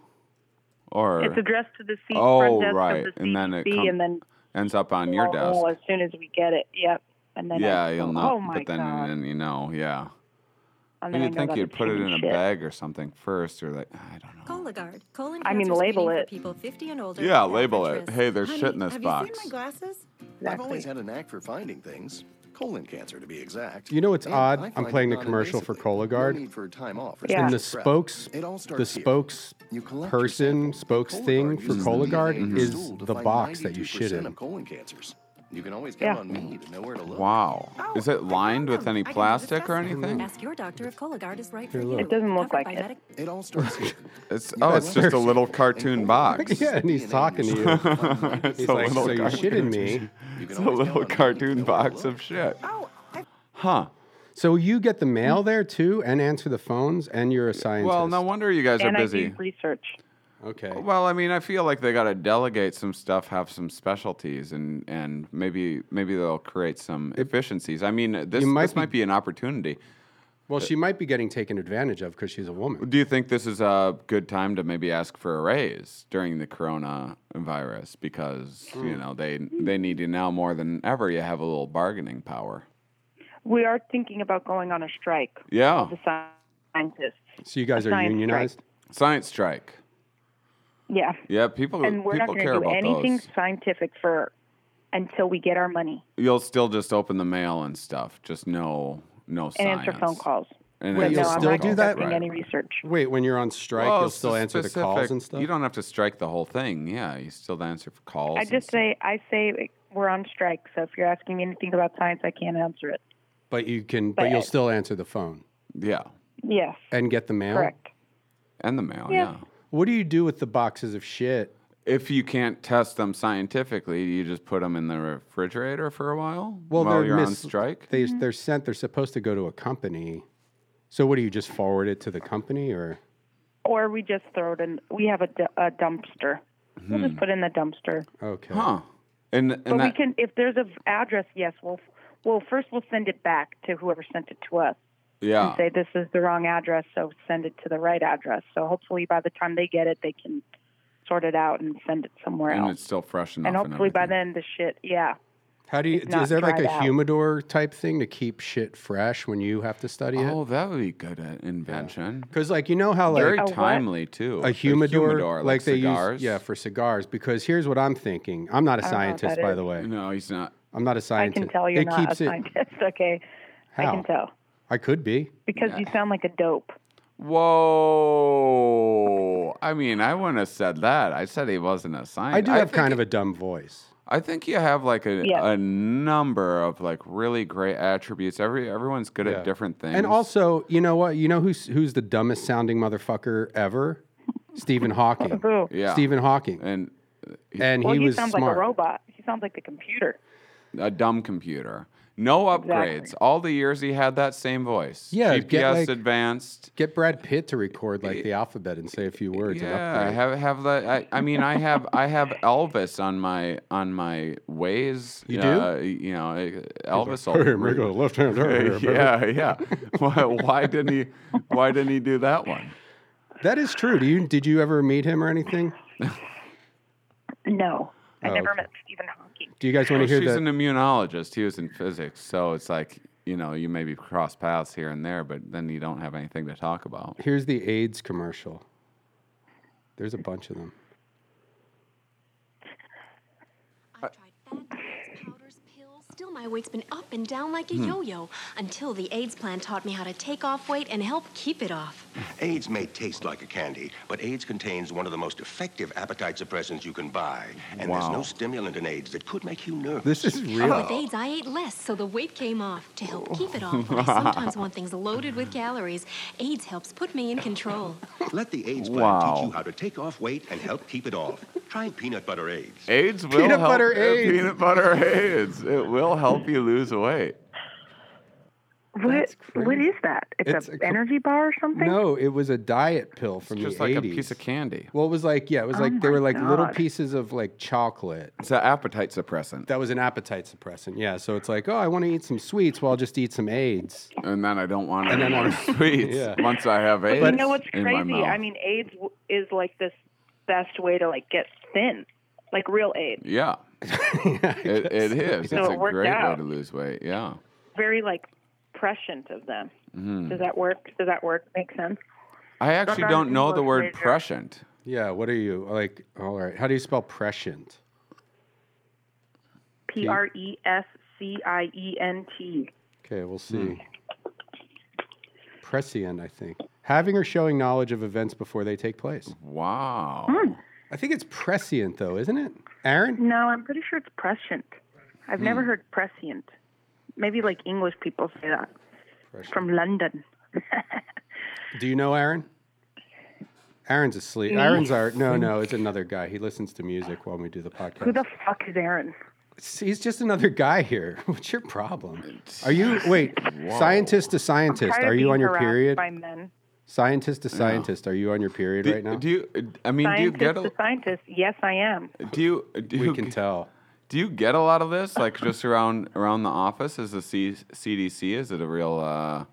[SPEAKER 3] or
[SPEAKER 2] It's addressed to the C-
[SPEAKER 3] Oh,
[SPEAKER 2] front desk
[SPEAKER 3] right.
[SPEAKER 2] of the
[SPEAKER 3] And then it
[SPEAKER 2] CDC,
[SPEAKER 3] come-
[SPEAKER 2] and then
[SPEAKER 3] ends up on your
[SPEAKER 2] we'll
[SPEAKER 3] desk.
[SPEAKER 2] know as soon as we get it. Yep. And then
[SPEAKER 3] yeah,
[SPEAKER 2] I,
[SPEAKER 3] you'll
[SPEAKER 2] oh,
[SPEAKER 3] know.
[SPEAKER 2] Oh my
[SPEAKER 3] but then,
[SPEAKER 2] god!
[SPEAKER 3] then you know, yeah.
[SPEAKER 2] and then I
[SPEAKER 3] You'd
[SPEAKER 2] know
[SPEAKER 3] think
[SPEAKER 2] that
[SPEAKER 3] you'd
[SPEAKER 2] it's
[SPEAKER 3] put it
[SPEAKER 2] human
[SPEAKER 3] in a
[SPEAKER 2] shit.
[SPEAKER 3] bag or something first, or like I don't know.
[SPEAKER 4] Cologuard, colon
[SPEAKER 2] I mean,
[SPEAKER 4] cancer
[SPEAKER 2] label
[SPEAKER 4] screening for
[SPEAKER 2] it.
[SPEAKER 4] People 50 and older.
[SPEAKER 3] Yeah,
[SPEAKER 4] with
[SPEAKER 3] label
[SPEAKER 4] health
[SPEAKER 3] it.
[SPEAKER 4] interests.
[SPEAKER 3] Hey, there's shit
[SPEAKER 4] Honey,
[SPEAKER 3] in this
[SPEAKER 4] have
[SPEAKER 3] box.
[SPEAKER 4] you seen my glasses?
[SPEAKER 5] I've always
[SPEAKER 2] Exactly.
[SPEAKER 5] had a knack for finding things. Colon cancer, to be exact.
[SPEAKER 1] You know what's
[SPEAKER 5] And
[SPEAKER 1] odd?
[SPEAKER 5] I
[SPEAKER 1] I'm
[SPEAKER 5] find it
[SPEAKER 1] playing the
[SPEAKER 5] non-invasively.
[SPEAKER 1] commercial for Cologuard.
[SPEAKER 5] No need for time off or
[SPEAKER 2] Yeah.
[SPEAKER 1] And the
[SPEAKER 5] special prep.
[SPEAKER 1] spokes,
[SPEAKER 5] It all
[SPEAKER 1] the
[SPEAKER 5] starts here.
[SPEAKER 1] spokes
[SPEAKER 5] You collect your
[SPEAKER 1] person,
[SPEAKER 5] sample.
[SPEAKER 1] spokes
[SPEAKER 5] Cologuard
[SPEAKER 1] thing for
[SPEAKER 5] uses the
[SPEAKER 1] Cologuard
[SPEAKER 5] DNA in your
[SPEAKER 1] is
[SPEAKER 5] stool to
[SPEAKER 1] the
[SPEAKER 5] find
[SPEAKER 1] box that you shit
[SPEAKER 5] 92%
[SPEAKER 1] in.
[SPEAKER 5] of colon cancers. You can always count
[SPEAKER 2] Yeah.
[SPEAKER 5] on me to know where to look.
[SPEAKER 3] Wow.
[SPEAKER 4] Oh,
[SPEAKER 3] Is it
[SPEAKER 4] I
[SPEAKER 3] lined
[SPEAKER 4] found
[SPEAKER 3] with
[SPEAKER 4] them.
[SPEAKER 3] any
[SPEAKER 4] I can
[SPEAKER 3] plastic
[SPEAKER 4] discuss
[SPEAKER 3] or
[SPEAKER 4] them.
[SPEAKER 3] anything?
[SPEAKER 4] Ask your doctor if Cologuard is right
[SPEAKER 1] Here,
[SPEAKER 4] for
[SPEAKER 1] look.
[SPEAKER 4] you.
[SPEAKER 1] It
[SPEAKER 2] doesn't look
[SPEAKER 4] Covered
[SPEAKER 2] like
[SPEAKER 4] by
[SPEAKER 2] it.
[SPEAKER 4] medical-
[SPEAKER 5] It all starts here.
[SPEAKER 3] (laughs) It's
[SPEAKER 5] You
[SPEAKER 3] oh,
[SPEAKER 5] collect
[SPEAKER 3] it's just a
[SPEAKER 5] your
[SPEAKER 3] little
[SPEAKER 5] sample,
[SPEAKER 3] cartoon
[SPEAKER 5] and Cologuard
[SPEAKER 3] box.
[SPEAKER 5] uses
[SPEAKER 1] Yeah, and he's
[SPEAKER 5] DNA in your
[SPEAKER 1] talking to
[SPEAKER 5] stool
[SPEAKER 1] you.
[SPEAKER 5] find
[SPEAKER 3] (laughs)
[SPEAKER 5] 92%
[SPEAKER 3] It's
[SPEAKER 1] He's
[SPEAKER 3] a
[SPEAKER 1] like,
[SPEAKER 3] little
[SPEAKER 1] so you
[SPEAKER 5] colon
[SPEAKER 1] shit in
[SPEAKER 5] cancers.
[SPEAKER 1] me.
[SPEAKER 5] You can
[SPEAKER 3] It's a
[SPEAKER 5] always
[SPEAKER 3] little
[SPEAKER 5] count on me to know where to
[SPEAKER 3] cartoon
[SPEAKER 5] look.
[SPEAKER 3] box of shit.
[SPEAKER 4] Oh, I
[SPEAKER 3] Huh.
[SPEAKER 1] So you get the mail there too, and answer the phones, and you're a scientist.
[SPEAKER 3] Well, no wonder you guys are
[SPEAKER 2] And I
[SPEAKER 3] busy.
[SPEAKER 2] do research.
[SPEAKER 1] Okay.
[SPEAKER 3] Well, I mean, I feel like they got to delegate some stuff, have some specialties, and and maybe maybe they'll create some efficiencies. I mean, this
[SPEAKER 1] might
[SPEAKER 3] this
[SPEAKER 1] be-
[SPEAKER 3] might be an opportunity. uh,
[SPEAKER 1] Well, she might be getting taken advantage of because she's a woman.
[SPEAKER 3] Do you think this is a good time to maybe ask for a raise during the coronavirus because
[SPEAKER 2] Hmm.
[SPEAKER 3] you know they they need you now more than ever? You have a little bargaining power.
[SPEAKER 2] We are thinking about going on a strike.
[SPEAKER 3] Yeah,
[SPEAKER 2] The scientists.
[SPEAKER 1] So you guys are
[SPEAKER 2] Science
[SPEAKER 1] unionized.
[SPEAKER 3] science strike.
[SPEAKER 2] Yeah.
[SPEAKER 3] Yeah, people
[SPEAKER 2] And we're
[SPEAKER 3] people
[SPEAKER 2] not going
[SPEAKER 3] care
[SPEAKER 2] to do
[SPEAKER 3] about
[SPEAKER 2] anything
[SPEAKER 3] those.
[SPEAKER 2] scientific for until we get our money
[SPEAKER 3] You'll still just open the mail and stuff. Just no no
[SPEAKER 2] and
[SPEAKER 3] science.
[SPEAKER 2] answer phone calls.
[SPEAKER 3] And
[SPEAKER 1] Wait,
[SPEAKER 2] But
[SPEAKER 3] answer
[SPEAKER 1] you'll
[SPEAKER 2] no,
[SPEAKER 3] phone
[SPEAKER 1] still
[SPEAKER 2] I'm not
[SPEAKER 1] do
[SPEAKER 3] calls.
[SPEAKER 1] that?
[SPEAKER 2] conducting
[SPEAKER 3] Right,
[SPEAKER 2] any
[SPEAKER 3] right.
[SPEAKER 2] research.
[SPEAKER 1] Wait, when you're on strike,
[SPEAKER 3] Well,
[SPEAKER 1] you'll
[SPEAKER 3] it's
[SPEAKER 1] still
[SPEAKER 3] just
[SPEAKER 1] answer the
[SPEAKER 3] specific.
[SPEAKER 1] calls and stuff.
[SPEAKER 3] You don't have to strike the whole thing. Yeah, you still answer for calls.
[SPEAKER 2] I
[SPEAKER 3] and
[SPEAKER 2] just
[SPEAKER 3] stuff.
[SPEAKER 2] say I say we're on strike. So if you're asking anything about science, I can't answer it.
[SPEAKER 1] but you can. But,
[SPEAKER 2] But-
[SPEAKER 1] you'll still answer the phone
[SPEAKER 3] yeah,
[SPEAKER 2] Yes.
[SPEAKER 1] and get the mail.
[SPEAKER 2] Correct.
[SPEAKER 3] and the mail. Yeah.
[SPEAKER 2] Yeah.
[SPEAKER 1] What do you do with the boxes of shit?
[SPEAKER 3] If you can't test them scientifically, you just put them in the refrigerator for a while.
[SPEAKER 1] Well,
[SPEAKER 3] while
[SPEAKER 1] they're
[SPEAKER 3] you're on
[SPEAKER 1] mis-
[SPEAKER 3] strike.
[SPEAKER 1] They they're sent. They're supposed to go to a company. So what do you just forward it to the company or?
[SPEAKER 2] Or we just throw it in. We have a, du- a dumpster. We'll just put it in the dumpster.
[SPEAKER 1] Okay.
[SPEAKER 3] Huh? And Hmm. and
[SPEAKER 2] But we
[SPEAKER 3] that
[SPEAKER 2] can, if there's an address, yes, we'll, well, first we'll send it back to whoever sent it to us.
[SPEAKER 3] yeah.
[SPEAKER 2] say this is the wrong address, so send it to the right address. So hopefully by the time they get it, they can sort it out and send it somewhere
[SPEAKER 3] And it's
[SPEAKER 2] else.
[SPEAKER 3] still fresh enough.
[SPEAKER 2] And hopefully by then
[SPEAKER 3] everything.
[SPEAKER 2] the shit, yeah.
[SPEAKER 1] How do you?
[SPEAKER 2] It's not
[SPEAKER 1] Is there like
[SPEAKER 2] dried
[SPEAKER 1] a
[SPEAKER 2] out.
[SPEAKER 1] humidor type thing to keep shit fresh when you have to study it?
[SPEAKER 3] Oh, that would be good uh, invention.
[SPEAKER 1] Because like you know how like
[SPEAKER 3] Very
[SPEAKER 2] A what?
[SPEAKER 3] timely too.
[SPEAKER 1] a humidor,
[SPEAKER 3] like,
[SPEAKER 1] like, they use
[SPEAKER 3] cigars.
[SPEAKER 1] yeah for cigars because here's what i'm thinking i'm not a
[SPEAKER 2] know what
[SPEAKER 1] scientist
[SPEAKER 2] that
[SPEAKER 1] by
[SPEAKER 2] is.
[SPEAKER 1] the way
[SPEAKER 3] No, he's not.
[SPEAKER 1] i'm not a
[SPEAKER 2] I
[SPEAKER 1] scientist
[SPEAKER 2] can tell you're
[SPEAKER 1] it
[SPEAKER 2] not a
[SPEAKER 1] keeps it
[SPEAKER 2] scientist, (laughs) okay? I
[SPEAKER 1] How?
[SPEAKER 2] can tell.
[SPEAKER 1] i could be
[SPEAKER 2] Because you sound like a dope.
[SPEAKER 3] Whoa! I mean, I wouldn't have said that. I said he wasn't a scientist.
[SPEAKER 1] i do have
[SPEAKER 3] think
[SPEAKER 1] kind of a dumb voice
[SPEAKER 3] I think you have like a,
[SPEAKER 2] Yeah.
[SPEAKER 3] a number of like really great attributes. Every everyone's good at different things.
[SPEAKER 1] and also you know what you know who's who's the
[SPEAKER 2] (laughs)
[SPEAKER 1] dumbest sounding motherfucker ever stephen hawking
[SPEAKER 2] Boo.
[SPEAKER 3] yeah, Uh,
[SPEAKER 1] stephen hawking
[SPEAKER 3] and
[SPEAKER 1] and
[SPEAKER 2] well,
[SPEAKER 1] he
[SPEAKER 2] he,
[SPEAKER 1] was
[SPEAKER 2] sounds like
[SPEAKER 1] smart.
[SPEAKER 2] a robot. He sounds like a computer.
[SPEAKER 3] a dumb computer. No upgrades.
[SPEAKER 2] Exactly.
[SPEAKER 3] All the years he had that same voice.
[SPEAKER 1] Yeah,
[SPEAKER 3] GPS
[SPEAKER 1] get, like-
[SPEAKER 3] advanced.
[SPEAKER 1] Get Brad Pitt to record like the alphabet and say a few words. and
[SPEAKER 3] Yeah, I
[SPEAKER 1] upgrade.
[SPEAKER 3] have have that. I, I mean, I have I have Elvis on my on my ways.
[SPEAKER 1] You
[SPEAKER 3] do? You know, uh, Elvis. all-
[SPEAKER 1] Hey,
[SPEAKER 3] (laughs)
[SPEAKER 1] make a left hand.
[SPEAKER 3] Hey,
[SPEAKER 1] turn here, baby.
[SPEAKER 3] yeah, yeah. Why, why didn't he? Why didn't he do that one?
[SPEAKER 1] That is true. Do you did you ever meet him or anything?
[SPEAKER 2] No, I
[SPEAKER 1] Oh,
[SPEAKER 2] never
[SPEAKER 1] okay.
[SPEAKER 2] met Stephen Hawking.
[SPEAKER 1] Do you guys want to
[SPEAKER 3] Well,
[SPEAKER 1] hear
[SPEAKER 3] Oh, she's
[SPEAKER 1] the?
[SPEAKER 3] an immunologist. He was in physics, so it's like you know, you maybe cross paths here and there, but then you don't have anything to talk about.
[SPEAKER 1] here's the AIDS commercial. There's a bunch of them.
[SPEAKER 6] I've tried fat diets, powders, pills. Still, my weight's been up and down like a
[SPEAKER 3] Hmm.
[SPEAKER 6] yo-yo until the AIDS plan taught me how to take off weight and help keep it off.
[SPEAKER 7] AIDS may taste like a candy, but AIDS contains one of the most effective appetite suppressants you can buy. And there's
[SPEAKER 3] Wow.
[SPEAKER 7] no stimulant in AIDS that could make you nervous.
[SPEAKER 1] This is real.
[SPEAKER 6] With AIDS, I ate less, so the weight came off. To
[SPEAKER 3] Oh.
[SPEAKER 6] help keep it off,
[SPEAKER 3] (laughs)
[SPEAKER 6] I sometimes want things loaded with calories. AIDS helps put me in control.
[SPEAKER 7] Let the AIDS plan
[SPEAKER 3] Wow.
[SPEAKER 7] teach you how to take off weight and help keep it off. Try peanut butter AIDS.
[SPEAKER 3] AIDS will
[SPEAKER 1] Peanut
[SPEAKER 3] help-
[SPEAKER 1] butter
[SPEAKER 3] uh,
[SPEAKER 1] AIDS.
[SPEAKER 3] Peanut butter AIDS. It will help you lose weight.
[SPEAKER 2] What? What is that?
[SPEAKER 1] It's
[SPEAKER 2] It's,
[SPEAKER 1] a
[SPEAKER 2] an
[SPEAKER 1] co-
[SPEAKER 2] energy bar or something?
[SPEAKER 1] No, it was a diet pill from
[SPEAKER 3] Just
[SPEAKER 1] the
[SPEAKER 3] like
[SPEAKER 1] 80s.
[SPEAKER 3] a piece of candy.
[SPEAKER 1] Well, it was like yeah, it was like they
[SPEAKER 2] my
[SPEAKER 1] were like little
[SPEAKER 2] God.
[SPEAKER 1] pieces of like chocolate.
[SPEAKER 3] It's an appetite suppressant,
[SPEAKER 1] That was an appetite suppressant. Yeah, so it's like, oh, I want to eat some sweets. Well, I'll just eat some AIDS.
[SPEAKER 3] and then I don't want
[SPEAKER 1] And
[SPEAKER 3] any
[SPEAKER 1] then
[SPEAKER 3] more
[SPEAKER 1] I'm-
[SPEAKER 3] (laughs) sweets
[SPEAKER 1] Yeah.
[SPEAKER 3] once I have AIDS.
[SPEAKER 2] But you know what's
[SPEAKER 3] in my
[SPEAKER 2] crazy?
[SPEAKER 3] mouth.
[SPEAKER 2] I mean, AIDS w- is like this best way to like get thin, like real AIDS.
[SPEAKER 1] (laughs)
[SPEAKER 3] yeah, it, it is.
[SPEAKER 2] So
[SPEAKER 3] it's
[SPEAKER 2] it
[SPEAKER 3] a
[SPEAKER 2] worked
[SPEAKER 3] great way
[SPEAKER 2] out.
[SPEAKER 3] to lose weight. Yeah.
[SPEAKER 2] Very like prescient of them.
[SPEAKER 1] Mm-hmm.
[SPEAKER 2] Does that work? Does that work? Make sense?
[SPEAKER 3] I actually
[SPEAKER 2] Sometimes
[SPEAKER 3] don't know
[SPEAKER 2] people
[SPEAKER 3] the word
[SPEAKER 2] treasure-
[SPEAKER 3] prescient.
[SPEAKER 1] Yeah, what are you like? All right, how do you spell prescient?
[SPEAKER 2] P R E S C I E N T.
[SPEAKER 1] Okay, we'll see.
[SPEAKER 3] Hmm.
[SPEAKER 1] Prescient, I think. Having or showing knowledge of events before they take place.
[SPEAKER 3] Wow.
[SPEAKER 2] Hmm.
[SPEAKER 1] I think it's prescient, though, isn't it? Aaron?
[SPEAKER 2] No, I'm pretty sure it's prescient.
[SPEAKER 1] Hmm.
[SPEAKER 2] I've never heard prescient. Maybe like English people say that. From London.
[SPEAKER 1] Do you know Aaron? Aaron's asleep. Aaron's our no, no. It's another guy. He listens to music while we do the
[SPEAKER 2] Who
[SPEAKER 1] podcast.
[SPEAKER 2] the fuck is Aaron?
[SPEAKER 1] He's just another guy here. (laughs) What's your problem? Are you wait? Scientist to scientist.
[SPEAKER 2] Tired of
[SPEAKER 1] Are you
[SPEAKER 2] being
[SPEAKER 1] on your
[SPEAKER 2] harassed
[SPEAKER 1] period?
[SPEAKER 2] By men.
[SPEAKER 1] Scientist to scientist. Are you on your period
[SPEAKER 3] Do,
[SPEAKER 1] right now?
[SPEAKER 3] do you? I mean, do you
[SPEAKER 2] Scientist
[SPEAKER 3] get a?
[SPEAKER 2] to scientist. Yes, I am.
[SPEAKER 1] Uh,
[SPEAKER 3] Do you? Do
[SPEAKER 1] we
[SPEAKER 3] you,
[SPEAKER 1] can tell.
[SPEAKER 3] do you get a lot of this? Like just around around the office? Is the C, CDC? Is it a real? uh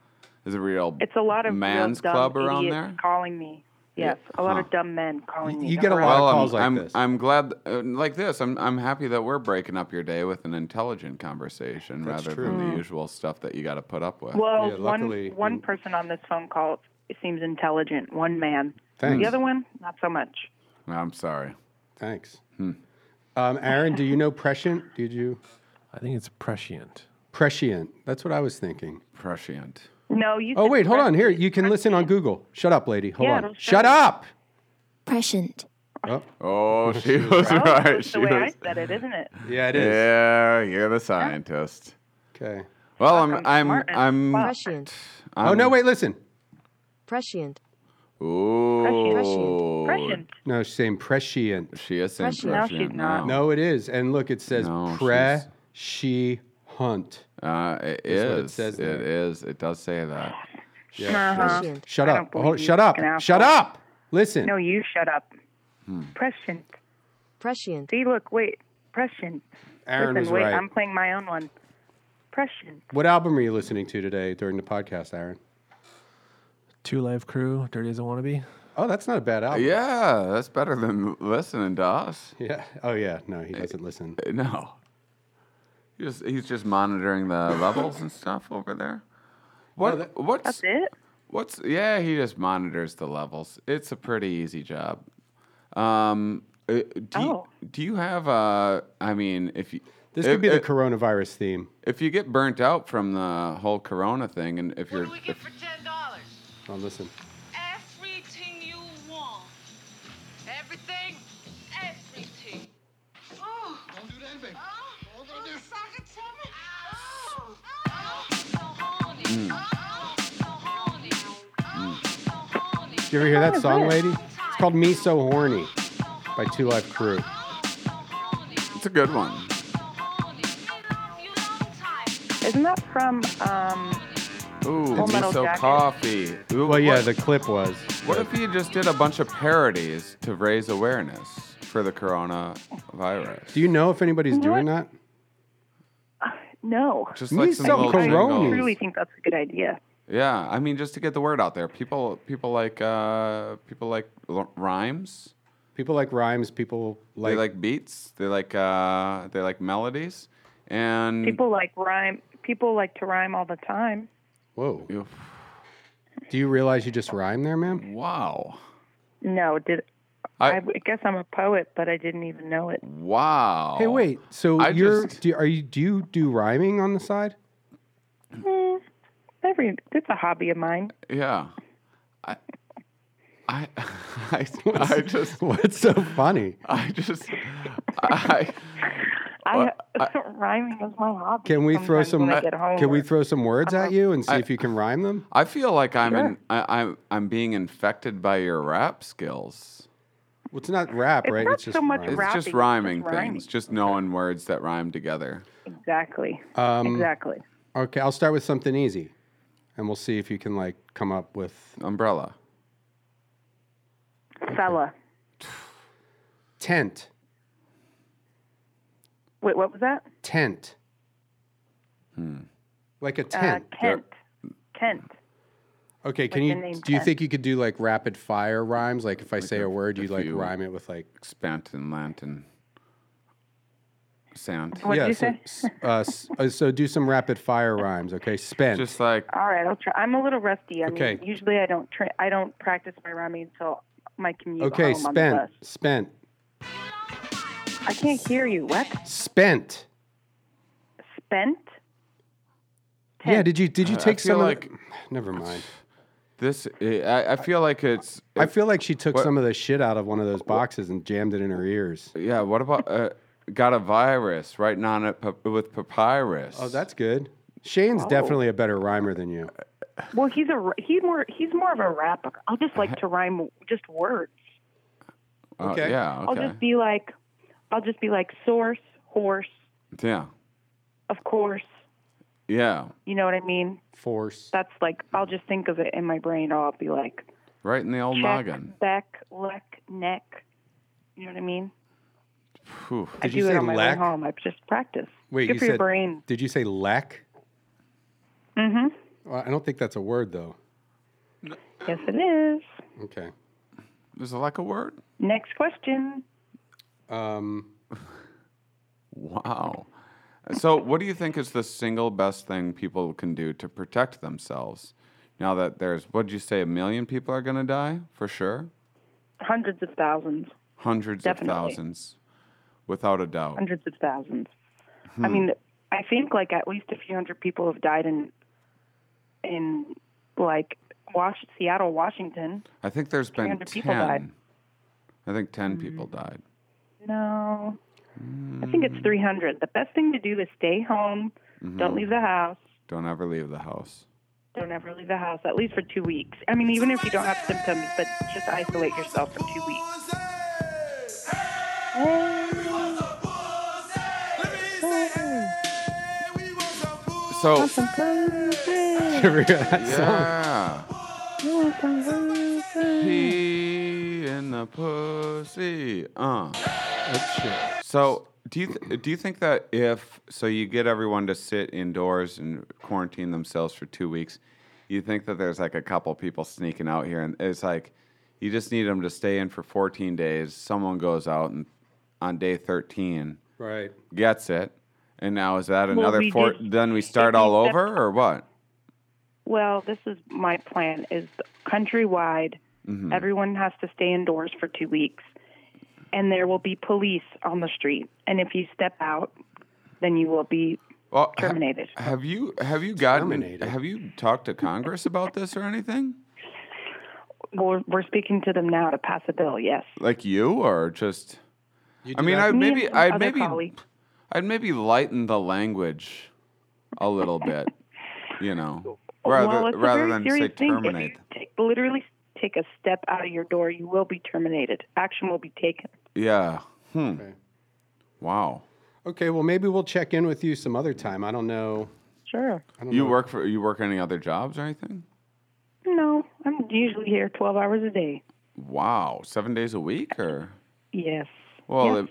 [SPEAKER 3] Is it a real?
[SPEAKER 2] It's a lot of real
[SPEAKER 3] man's
[SPEAKER 2] dumb
[SPEAKER 3] club around
[SPEAKER 2] idiots
[SPEAKER 3] there.
[SPEAKER 2] calling me. Yes, a lot
[SPEAKER 3] Huh.
[SPEAKER 2] of dumb men calling me.
[SPEAKER 1] You get a
[SPEAKER 2] harass-
[SPEAKER 1] lot of
[SPEAKER 3] Well,
[SPEAKER 1] calls
[SPEAKER 3] I'm,
[SPEAKER 1] like
[SPEAKER 3] I'm,
[SPEAKER 1] this.
[SPEAKER 3] I'm glad, uh, like this. I'm, I'm happy that we're breaking up your day with an intelligent conversation rather than the usual stuff that you got to put up with.
[SPEAKER 2] Mm. Well,
[SPEAKER 1] Yeah, luckily-
[SPEAKER 2] one one person on this phone call seems intelligent. One man.
[SPEAKER 1] Thanks.
[SPEAKER 2] The other one, not so much.
[SPEAKER 3] I'm sorry.
[SPEAKER 1] Thanks.
[SPEAKER 3] Hmm.
[SPEAKER 1] Um, Aaron, do you know prescient? Did you
[SPEAKER 8] I think it's prescient.
[SPEAKER 1] prescient? That's what I was
[SPEAKER 2] (laughs)
[SPEAKER 1] thinking.
[SPEAKER 3] Prescient.
[SPEAKER 2] No, you.
[SPEAKER 1] Oh
[SPEAKER 2] said
[SPEAKER 1] wait, hold on.
[SPEAKER 2] prescient.
[SPEAKER 1] Here, you can listen on Google. Shut up, lady. Hold
[SPEAKER 2] Yeah,
[SPEAKER 1] on.
[SPEAKER 2] it'll show
[SPEAKER 1] Shut
[SPEAKER 2] you.
[SPEAKER 1] up.
[SPEAKER 6] Prescient.
[SPEAKER 1] Oh, (laughs)
[SPEAKER 3] Oh, she was
[SPEAKER 2] Oh,
[SPEAKER 3] right.
[SPEAKER 2] That's
[SPEAKER 3] she
[SPEAKER 2] the way I
[SPEAKER 3] was.
[SPEAKER 2] said it, isn't it?
[SPEAKER 1] yeah, it is.
[SPEAKER 3] Yeah, you're the scientist.
[SPEAKER 1] Okay.
[SPEAKER 3] Well, I'm, I'm,
[SPEAKER 2] smart as
[SPEAKER 3] I'm.
[SPEAKER 9] Prescient.
[SPEAKER 1] Oh no, wait. Listen.
[SPEAKER 9] Prescient.
[SPEAKER 3] Ooh.
[SPEAKER 2] Prescient.
[SPEAKER 1] No, she's saying prescient.
[SPEAKER 3] She is saying
[SPEAKER 9] Prescient.
[SPEAKER 2] No, she's
[SPEAKER 3] prescient
[SPEAKER 2] not.
[SPEAKER 3] now.
[SPEAKER 1] No, it is. And look, it says
[SPEAKER 3] No,
[SPEAKER 1] pre
[SPEAKER 3] she's-
[SPEAKER 1] she hunt.
[SPEAKER 3] Uh, it
[SPEAKER 1] That's what it
[SPEAKER 3] is.
[SPEAKER 1] says there.
[SPEAKER 3] it is. It does say that.
[SPEAKER 2] Uh-huh.
[SPEAKER 9] Prescient.
[SPEAKER 1] Shut
[SPEAKER 2] I
[SPEAKER 1] up.
[SPEAKER 2] don't believe
[SPEAKER 1] Hold,
[SPEAKER 2] you,
[SPEAKER 1] shut up.
[SPEAKER 2] fucking asshole.
[SPEAKER 1] Shut up. Listen.
[SPEAKER 2] No, you shut up.
[SPEAKER 1] Hmm.
[SPEAKER 2] Prescient.
[SPEAKER 9] Prescient.
[SPEAKER 2] See, look, wait. Prescient.
[SPEAKER 1] Aaron
[SPEAKER 2] Listen,
[SPEAKER 1] was
[SPEAKER 2] wait,
[SPEAKER 1] right.
[SPEAKER 2] I'm playing my own one. Prescient.
[SPEAKER 1] What album were you listening to today during the podcast, Aaron?
[SPEAKER 8] Two Live Crew, Dirty as a Wannabe.
[SPEAKER 1] Oh, that's not a bad album.
[SPEAKER 3] Yeah, that's better than listening to us.
[SPEAKER 1] Yeah. Oh yeah. No, he doesn't listen.
[SPEAKER 3] (laughs) No. He just, he's just monitoring the
[SPEAKER 1] (laughs)
[SPEAKER 3] levels and stuff over there. What? what's?
[SPEAKER 2] That's it?
[SPEAKER 3] What's? Yeah, he just monitors the levels. It's a pretty easy job. Um, uh, do
[SPEAKER 2] Oh.
[SPEAKER 3] you, do you have uh, I mean, if you
[SPEAKER 1] This
[SPEAKER 3] if,
[SPEAKER 1] could be the
[SPEAKER 3] if-
[SPEAKER 1] coronavirus theme.
[SPEAKER 3] if you get burnt out from the whole Corona thing, and if
[SPEAKER 10] What
[SPEAKER 3] you're
[SPEAKER 10] do we get
[SPEAKER 3] if,
[SPEAKER 10] for ten dollars?
[SPEAKER 1] Oh, listen.
[SPEAKER 10] Everything you want. Everything. Everything. Oh. Don't do that, baby. Oh. Don't do that. Suck it to me. Oh. Oh. So horny. Oh. So horny. Oh. So horny.
[SPEAKER 1] Did you ever hear that song, lady? It's called Me So Horny by Two Live Crew.
[SPEAKER 10] Oh. So
[SPEAKER 3] a good one.
[SPEAKER 2] Isn't that from? Um,
[SPEAKER 3] Ooh,
[SPEAKER 2] Full Metal
[SPEAKER 3] miso
[SPEAKER 2] Jacket.
[SPEAKER 3] coffee. Ooh,
[SPEAKER 11] Well, yeah,
[SPEAKER 3] what-
[SPEAKER 11] the clip was.
[SPEAKER 3] What if you just did a bunch of parodies to raise awareness for the coronavirus?
[SPEAKER 1] Do you know if anybody's doing that?
[SPEAKER 2] no.
[SPEAKER 3] Just like some little
[SPEAKER 2] I
[SPEAKER 3] jingles.
[SPEAKER 2] truly think that's a good idea.
[SPEAKER 3] Yeah, I mean, just to get the word out there, people people like uh, people like l- rhymes.
[SPEAKER 1] People like rhymes. People
[SPEAKER 3] they like beats. They like uh, they like melodies.
[SPEAKER 1] Hmm.
[SPEAKER 3] And
[SPEAKER 2] People like rhyme. People like to rhyme all the time.
[SPEAKER 1] Whoa. Do you realize you just rhyme there, ma'am?
[SPEAKER 3] Wow.
[SPEAKER 2] No, did I,
[SPEAKER 1] I-
[SPEAKER 2] guess I'm a poet, but I didn't even know it.
[SPEAKER 3] Wow.
[SPEAKER 1] Hey, wait. So
[SPEAKER 2] I
[SPEAKER 1] you're do, are you do you do rhyming on the side?
[SPEAKER 2] Mm, every it's a hobby of mine.
[SPEAKER 3] yeah, I I (laughs) I, (laughs) I
[SPEAKER 1] (laughs)
[SPEAKER 3] just
[SPEAKER 1] what's so funny?
[SPEAKER 3] I just I
[SPEAKER 2] (laughs) I, rhyming is my hobby.
[SPEAKER 1] Can we throw
[SPEAKER 2] sometimes when
[SPEAKER 1] some
[SPEAKER 2] I get home Uh-huh.
[SPEAKER 1] Can we
[SPEAKER 2] or-
[SPEAKER 1] throw some words at you and see
[SPEAKER 3] I-
[SPEAKER 1] if you can rhyme them?
[SPEAKER 3] I feel like I'm
[SPEAKER 1] Sure.
[SPEAKER 3] in, I, I'm I'm being infected by your rap skills.
[SPEAKER 1] Well, it's not rap,
[SPEAKER 2] It's
[SPEAKER 1] right?
[SPEAKER 2] not so much
[SPEAKER 1] rhyming.
[SPEAKER 3] It's
[SPEAKER 2] Rapping,
[SPEAKER 3] just rhyming
[SPEAKER 2] just rhyming.
[SPEAKER 3] things, just knowing words that rhyme together.
[SPEAKER 2] Exactly.
[SPEAKER 1] Um,
[SPEAKER 2] exactly.
[SPEAKER 1] Okay, I'll start with something easy, and we'll see if you can like come up with
[SPEAKER 3] umbrella,
[SPEAKER 2] Fella.
[SPEAKER 1] tent,
[SPEAKER 2] Wait, what was that?
[SPEAKER 1] tent,
[SPEAKER 3] Hmm.
[SPEAKER 1] like a
[SPEAKER 2] Uh,
[SPEAKER 1] tent.
[SPEAKER 2] Kent. Kent.
[SPEAKER 1] Okay,
[SPEAKER 2] Like
[SPEAKER 1] can
[SPEAKER 2] the
[SPEAKER 1] you
[SPEAKER 2] name
[SPEAKER 1] do you
[SPEAKER 2] tent.
[SPEAKER 1] think you could do like rapid fire rhymes? Like if I say a word, you like
[SPEAKER 3] you-
[SPEAKER 1] rhyme it with like
[SPEAKER 3] Spanton, Lanton, Sant.
[SPEAKER 2] What did you say?
[SPEAKER 1] so, s- uh, s- uh, so do some rapid fire rhymes, okay? Spent.
[SPEAKER 3] Just like
[SPEAKER 2] All right, I'll try. I'm a little rusty. I
[SPEAKER 1] Okay.
[SPEAKER 2] mean, usually I don't tra- I don't practice my rhyming until my commute
[SPEAKER 1] okay,
[SPEAKER 2] home on the bus.
[SPEAKER 1] spent, spent,
[SPEAKER 2] I can't hear you. What?
[SPEAKER 1] spent.
[SPEAKER 2] Spent?
[SPEAKER 1] Yeah, did you did you
[SPEAKER 3] I- I
[SPEAKER 1] take
[SPEAKER 3] feel
[SPEAKER 1] some? of
[SPEAKER 3] like-
[SPEAKER 1] the, (sighs) never mind.
[SPEAKER 3] this. I, I feel like it's.
[SPEAKER 1] I feel like she took
[SPEAKER 3] What-
[SPEAKER 1] some of the shit out of one of those boxes and jammed it in her ears.
[SPEAKER 3] Yeah. What about uh, got a virus writing on it pap- with papyrus?
[SPEAKER 1] Oh, that's good. Shane's
[SPEAKER 2] Oh.
[SPEAKER 1] definitely a better rhymer than you.
[SPEAKER 3] Uh,
[SPEAKER 2] Well, he's a he more he's more of a rapper. I'll
[SPEAKER 1] (laughs)
[SPEAKER 2] just like to rhyme just words.
[SPEAKER 3] Uh,
[SPEAKER 1] Okay.
[SPEAKER 3] yeah. Okay.
[SPEAKER 2] I'll just be like I'll just be like source, horse,
[SPEAKER 3] yeah.
[SPEAKER 2] of course.
[SPEAKER 3] Yeah.
[SPEAKER 2] You know what I mean?
[SPEAKER 1] Force.
[SPEAKER 2] That's like I'll just think of it in my brain. I'll be like
[SPEAKER 3] Right in the old
[SPEAKER 2] check,
[SPEAKER 3] noggin.
[SPEAKER 2] beck, leck, neck. You know what I mean?
[SPEAKER 3] Whew.
[SPEAKER 2] I do it on my way home. I just practice.
[SPEAKER 1] Wait,
[SPEAKER 2] Good
[SPEAKER 1] you
[SPEAKER 2] for
[SPEAKER 1] said-
[SPEAKER 2] your brain.
[SPEAKER 1] Did you say lack?
[SPEAKER 2] Mm-hmm.
[SPEAKER 1] Well, I don't think that's a word though.
[SPEAKER 2] Yes, it is.
[SPEAKER 1] Okay.
[SPEAKER 3] Is it like a word?
[SPEAKER 2] Next question.
[SPEAKER 1] Um,
[SPEAKER 3] Wow. So, what do you think is the single best thing people can do to protect themselves? Now that there's, what'd you say, a million people are going to die for sure?
[SPEAKER 2] Hundreds of thousands.
[SPEAKER 3] Hundreds
[SPEAKER 2] Definitely.
[SPEAKER 3] of thousands, without a doubt.
[SPEAKER 2] Hundreds of thousands. I
[SPEAKER 3] Hmm.
[SPEAKER 2] mean, I think like at least a few hundred people have died in in like Wash Seattle, Washington.
[SPEAKER 3] I think there's been
[SPEAKER 2] 300 people
[SPEAKER 3] 10.
[SPEAKER 2] died. Mm-hmm.
[SPEAKER 3] I think 10 people died.
[SPEAKER 2] No, I think
[SPEAKER 3] Hmm.
[SPEAKER 2] it's 300. The best thing to do is stay home. Don't
[SPEAKER 3] Mhm.
[SPEAKER 2] leave the house.
[SPEAKER 3] Don't ever leave the house.
[SPEAKER 2] Don't ever leave the house, at least for two weeks. I mean, even if you don't have symptoms, but just isolate yourself for two weeks.
[SPEAKER 3] So, (laughs)
[SPEAKER 1] that
[SPEAKER 3] yeah.
[SPEAKER 10] Hey.
[SPEAKER 3] Pee in the pussy. Uh.
[SPEAKER 1] That's
[SPEAKER 3] So, do you th- do you think that if so you get everyone to sit indoors and quarantine themselves for 2 weeks, you think that there's like a couple people sneaking out here and it's like you just need them to stay in for 14 days. Someone goes out and on day 13
[SPEAKER 1] Right.
[SPEAKER 3] gets it. And now is that
[SPEAKER 2] Well,
[SPEAKER 3] another
[SPEAKER 2] we
[SPEAKER 3] four
[SPEAKER 2] did-
[SPEAKER 3] then we start all over or what?
[SPEAKER 2] Well, this is my plan: is countrywide,
[SPEAKER 3] Mhm.
[SPEAKER 2] everyone has to stay indoors for two weeks, and there will be police on the street. And if you step out, then you will be
[SPEAKER 3] Well, ha-
[SPEAKER 2] terminated.
[SPEAKER 3] have you have you gotten have you talked to Congress about this or anything?
[SPEAKER 2] We're, we're speaking to them now to pass a bill. Yes.
[SPEAKER 3] Like you or just I
[SPEAKER 2] do
[SPEAKER 3] mean,
[SPEAKER 2] that?
[SPEAKER 3] I
[SPEAKER 2] Me and
[SPEAKER 3] maybe
[SPEAKER 2] some
[SPEAKER 3] I
[SPEAKER 2] other
[SPEAKER 3] maybe
[SPEAKER 2] colleagues.
[SPEAKER 3] I'd maybe lighten the language a little bit, you know, rather
[SPEAKER 2] (laughs) well, it's a
[SPEAKER 3] rather
[SPEAKER 2] very
[SPEAKER 3] than say
[SPEAKER 2] serious thing. If
[SPEAKER 3] terminate.
[SPEAKER 2] you take, literally take a step out of your door, you will be terminated. Action will be taken.
[SPEAKER 3] Yeah. Hmm. Wow.
[SPEAKER 1] Okay, well maybe we'll check in with you some other time. I don't know.
[SPEAKER 2] Sure.
[SPEAKER 1] I don't
[SPEAKER 3] You
[SPEAKER 1] know.
[SPEAKER 3] work for you work any other jobs or anything?
[SPEAKER 2] No, I'm usually here 12 hours a day.
[SPEAKER 3] Wow, seven days a week or
[SPEAKER 2] Yes.
[SPEAKER 3] well,
[SPEAKER 2] Yes.
[SPEAKER 3] it,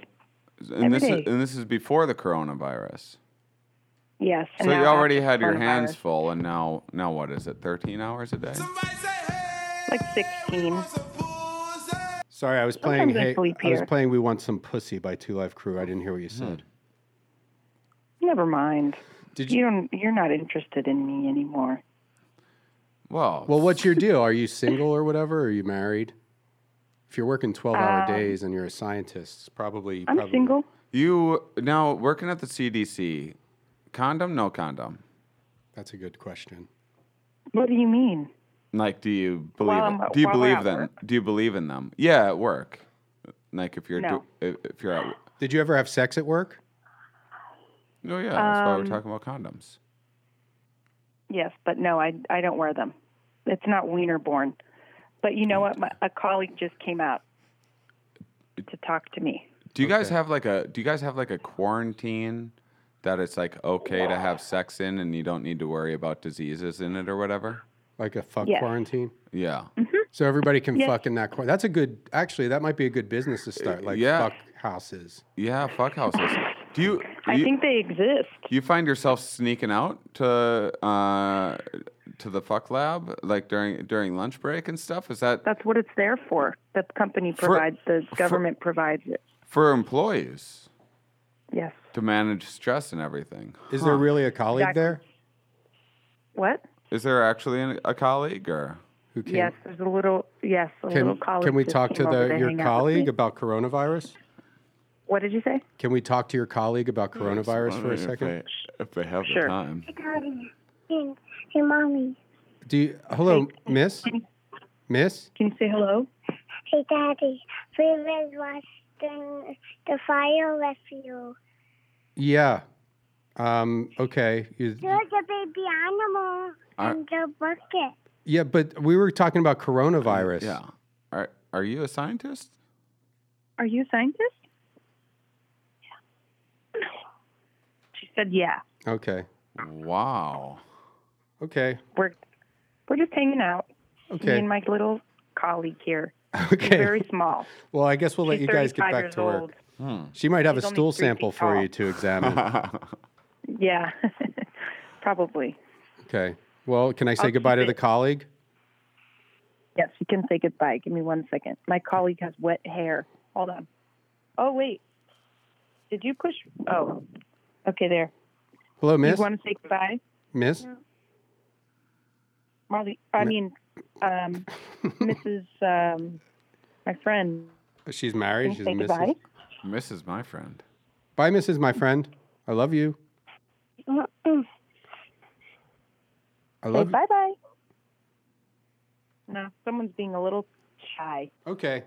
[SPEAKER 3] and
[SPEAKER 2] Every
[SPEAKER 3] this is,
[SPEAKER 2] day.
[SPEAKER 3] and this is before the coronavirus.
[SPEAKER 2] Yes. and
[SPEAKER 3] So
[SPEAKER 2] now
[SPEAKER 3] you already
[SPEAKER 2] after
[SPEAKER 3] had your
[SPEAKER 2] coronavirus,
[SPEAKER 3] hands full, and now now what is it? Thirteen hours a day.
[SPEAKER 2] Like 16.
[SPEAKER 1] Sorry, I was playing
[SPEAKER 2] Sometimes I
[SPEAKER 1] hey,
[SPEAKER 2] sleep
[SPEAKER 1] I was
[SPEAKER 2] here.
[SPEAKER 1] playing We Want Some Pussy by Two Live Crew. I didn't hear what you said.
[SPEAKER 2] Never mind.
[SPEAKER 1] Did
[SPEAKER 2] you don't, you're not interested in me anymore.
[SPEAKER 3] Well,
[SPEAKER 1] Well, what's your deal? Are you single or whatever? Are you married? If you're working 12-hour
[SPEAKER 2] Um,
[SPEAKER 1] days and you're a scientist, it's probably
[SPEAKER 2] I'm
[SPEAKER 1] probably
[SPEAKER 2] single.
[SPEAKER 3] you now working at the CDC, condom? No condom.
[SPEAKER 1] That's a good question.
[SPEAKER 2] What do you mean?
[SPEAKER 3] Like, do you believe?
[SPEAKER 2] While I'm-
[SPEAKER 3] do you
[SPEAKER 2] while we're
[SPEAKER 3] believe
[SPEAKER 2] at
[SPEAKER 3] them? Do you believe in them? Yeah, at work. Like if you're
[SPEAKER 2] No.
[SPEAKER 3] do, if, if you're at. wo-
[SPEAKER 1] Did you ever have sex at work?
[SPEAKER 3] No, yeah, that's why we're
[SPEAKER 2] Um,
[SPEAKER 3] talking about condoms.
[SPEAKER 2] Yes, but no, I, I don't wear them. It's not wiener born. But you know what? My, a colleague just came out to talk to me.
[SPEAKER 3] Do you guys have like a Do you guys have like a quarantine that it's like okay to have sex in, and you don't need to worry about diseases in it or whatever?
[SPEAKER 1] Like a fuck
[SPEAKER 2] Yes.
[SPEAKER 1] quarantine?
[SPEAKER 3] Yeah.
[SPEAKER 2] Mm-hmm.
[SPEAKER 1] So everybody can
[SPEAKER 2] Yes.
[SPEAKER 1] fuck in that quarantine. That's a good actually, that might be a good business to start. Like
[SPEAKER 3] Uh, yeah.
[SPEAKER 1] fuck houses.
[SPEAKER 3] Yeah, fuck houses. Do you?
[SPEAKER 2] I
[SPEAKER 3] you,
[SPEAKER 2] think they exist.
[SPEAKER 3] you find yourself sneaking out to uh, to the fuck lab like during during lunch break and stuff? Is that
[SPEAKER 2] That's what it's there for. The company provides, the government provides it.
[SPEAKER 3] for employees
[SPEAKER 2] Yes.
[SPEAKER 3] to manage stress and everything?
[SPEAKER 1] Is there really a colleague
[SPEAKER 2] Exactly.
[SPEAKER 1] there
[SPEAKER 2] What?
[SPEAKER 3] Is there actually an, a colleague or?
[SPEAKER 1] who can
[SPEAKER 2] Yes, there's a little. Yes, a little
[SPEAKER 1] can,
[SPEAKER 2] colleague.
[SPEAKER 1] can we
[SPEAKER 2] just
[SPEAKER 1] talk to
[SPEAKER 2] came over
[SPEAKER 1] the, your
[SPEAKER 2] hang out with
[SPEAKER 1] colleague
[SPEAKER 2] me.
[SPEAKER 1] about coronavirus?
[SPEAKER 2] What did you say?
[SPEAKER 1] Can we talk to your colleague about coronavirus for a
[SPEAKER 3] If
[SPEAKER 1] second?
[SPEAKER 3] they- If they have the
[SPEAKER 2] Sure.
[SPEAKER 3] time.
[SPEAKER 10] Hey, mommy.
[SPEAKER 1] Do you, hello, miss? Miss?
[SPEAKER 2] Can you say hello?
[SPEAKER 10] Hey, daddy. We will watch the, the fire rescue.
[SPEAKER 1] Yeah. Um, okay. You-
[SPEAKER 10] There's a baby animal
[SPEAKER 3] Uh,
[SPEAKER 10] in the bucket.
[SPEAKER 1] yeah, but we were talking about coronavirus.
[SPEAKER 3] Yeah. Are Are you a scientist?
[SPEAKER 2] Are you a scientist? Yeah. She said, "Yeah,
[SPEAKER 1] Okay.
[SPEAKER 3] Wow. (laughs)
[SPEAKER 1] Okay.
[SPEAKER 2] we're we're just hanging out. Me
[SPEAKER 1] Okay.
[SPEAKER 2] and my little colleague here. She's
[SPEAKER 1] okay.
[SPEAKER 2] Very small.
[SPEAKER 1] well, I guess we'll let you
[SPEAKER 2] She's
[SPEAKER 1] guys get
[SPEAKER 2] 35
[SPEAKER 1] back
[SPEAKER 2] years
[SPEAKER 1] to work.
[SPEAKER 2] old.
[SPEAKER 1] She might have
[SPEAKER 2] She's
[SPEAKER 1] a
[SPEAKER 2] only
[SPEAKER 1] stool
[SPEAKER 2] three feet
[SPEAKER 1] sample for
[SPEAKER 2] tall.
[SPEAKER 1] you to examine.
[SPEAKER 2] Yeah. (laughs) Probably.
[SPEAKER 1] okay. Well, can I say
[SPEAKER 2] I'll
[SPEAKER 1] goodbye
[SPEAKER 2] keep
[SPEAKER 1] to
[SPEAKER 2] it.
[SPEAKER 1] the colleague?
[SPEAKER 2] Yes, you can say goodbye. Give me one second. My colleague has wet hair. Hold on. Oh wait. Did you push? Oh. Okay, there.
[SPEAKER 1] Hello, miss?
[SPEAKER 2] You want to say goodbye,
[SPEAKER 1] miss?
[SPEAKER 2] Marley? I mean,
[SPEAKER 1] (laughs)
[SPEAKER 2] um, Mrs. Um, my friend.
[SPEAKER 1] She's
[SPEAKER 2] Can
[SPEAKER 1] married.
[SPEAKER 2] you
[SPEAKER 1] She's
[SPEAKER 2] say
[SPEAKER 1] Mrs.
[SPEAKER 2] goodbye?
[SPEAKER 3] Mrs. My friend.
[SPEAKER 1] Bye, Mrs. My friend. I love
[SPEAKER 2] (clears throat)
[SPEAKER 1] you.
[SPEAKER 2] Mm-mm.
[SPEAKER 1] I
[SPEAKER 2] Say
[SPEAKER 1] love you.
[SPEAKER 2] bye bye. No, someone's being a little shy.
[SPEAKER 1] Okay.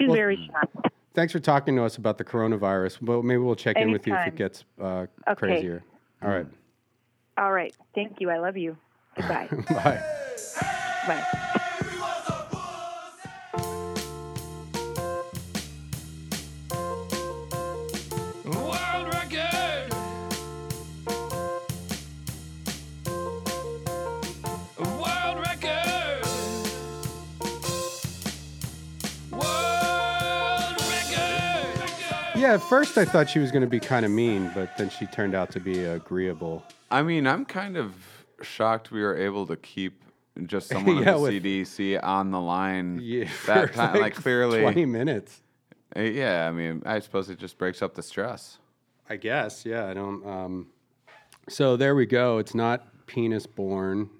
[SPEAKER 2] She's
[SPEAKER 1] Well,
[SPEAKER 2] very shy.
[SPEAKER 1] Thanks for talking to us about the coronavirus. Well, maybe we'll check in with you if it
[SPEAKER 2] Anytime.
[SPEAKER 1] gets uh,
[SPEAKER 2] Okay.
[SPEAKER 1] crazier. All right. (laughs)
[SPEAKER 2] All right. Thank you. I love you.
[SPEAKER 1] (laughs)
[SPEAKER 2] Goodbye.
[SPEAKER 1] Bye.
[SPEAKER 2] bye.
[SPEAKER 10] World record. World record. World record.
[SPEAKER 1] Yeah, at first I thought she was going to be kind of mean, but then she turned out to be agreeable. (laughs)
[SPEAKER 3] I mean, I'm kind of shocked we were able to keep just someone
[SPEAKER 1] (laughs) Yeah,
[SPEAKER 3] at the
[SPEAKER 1] with-
[SPEAKER 3] CDC on the line
[SPEAKER 1] Yeah, (laughs)
[SPEAKER 3] that
[SPEAKER 1] for
[SPEAKER 3] time. Like, clearly,
[SPEAKER 1] 20 minutes.
[SPEAKER 3] Uh, yeah. I mean, I suppose it just breaks up the stress.
[SPEAKER 1] I guess. Yeah, I don't. Um, so there we go. It's not penis born.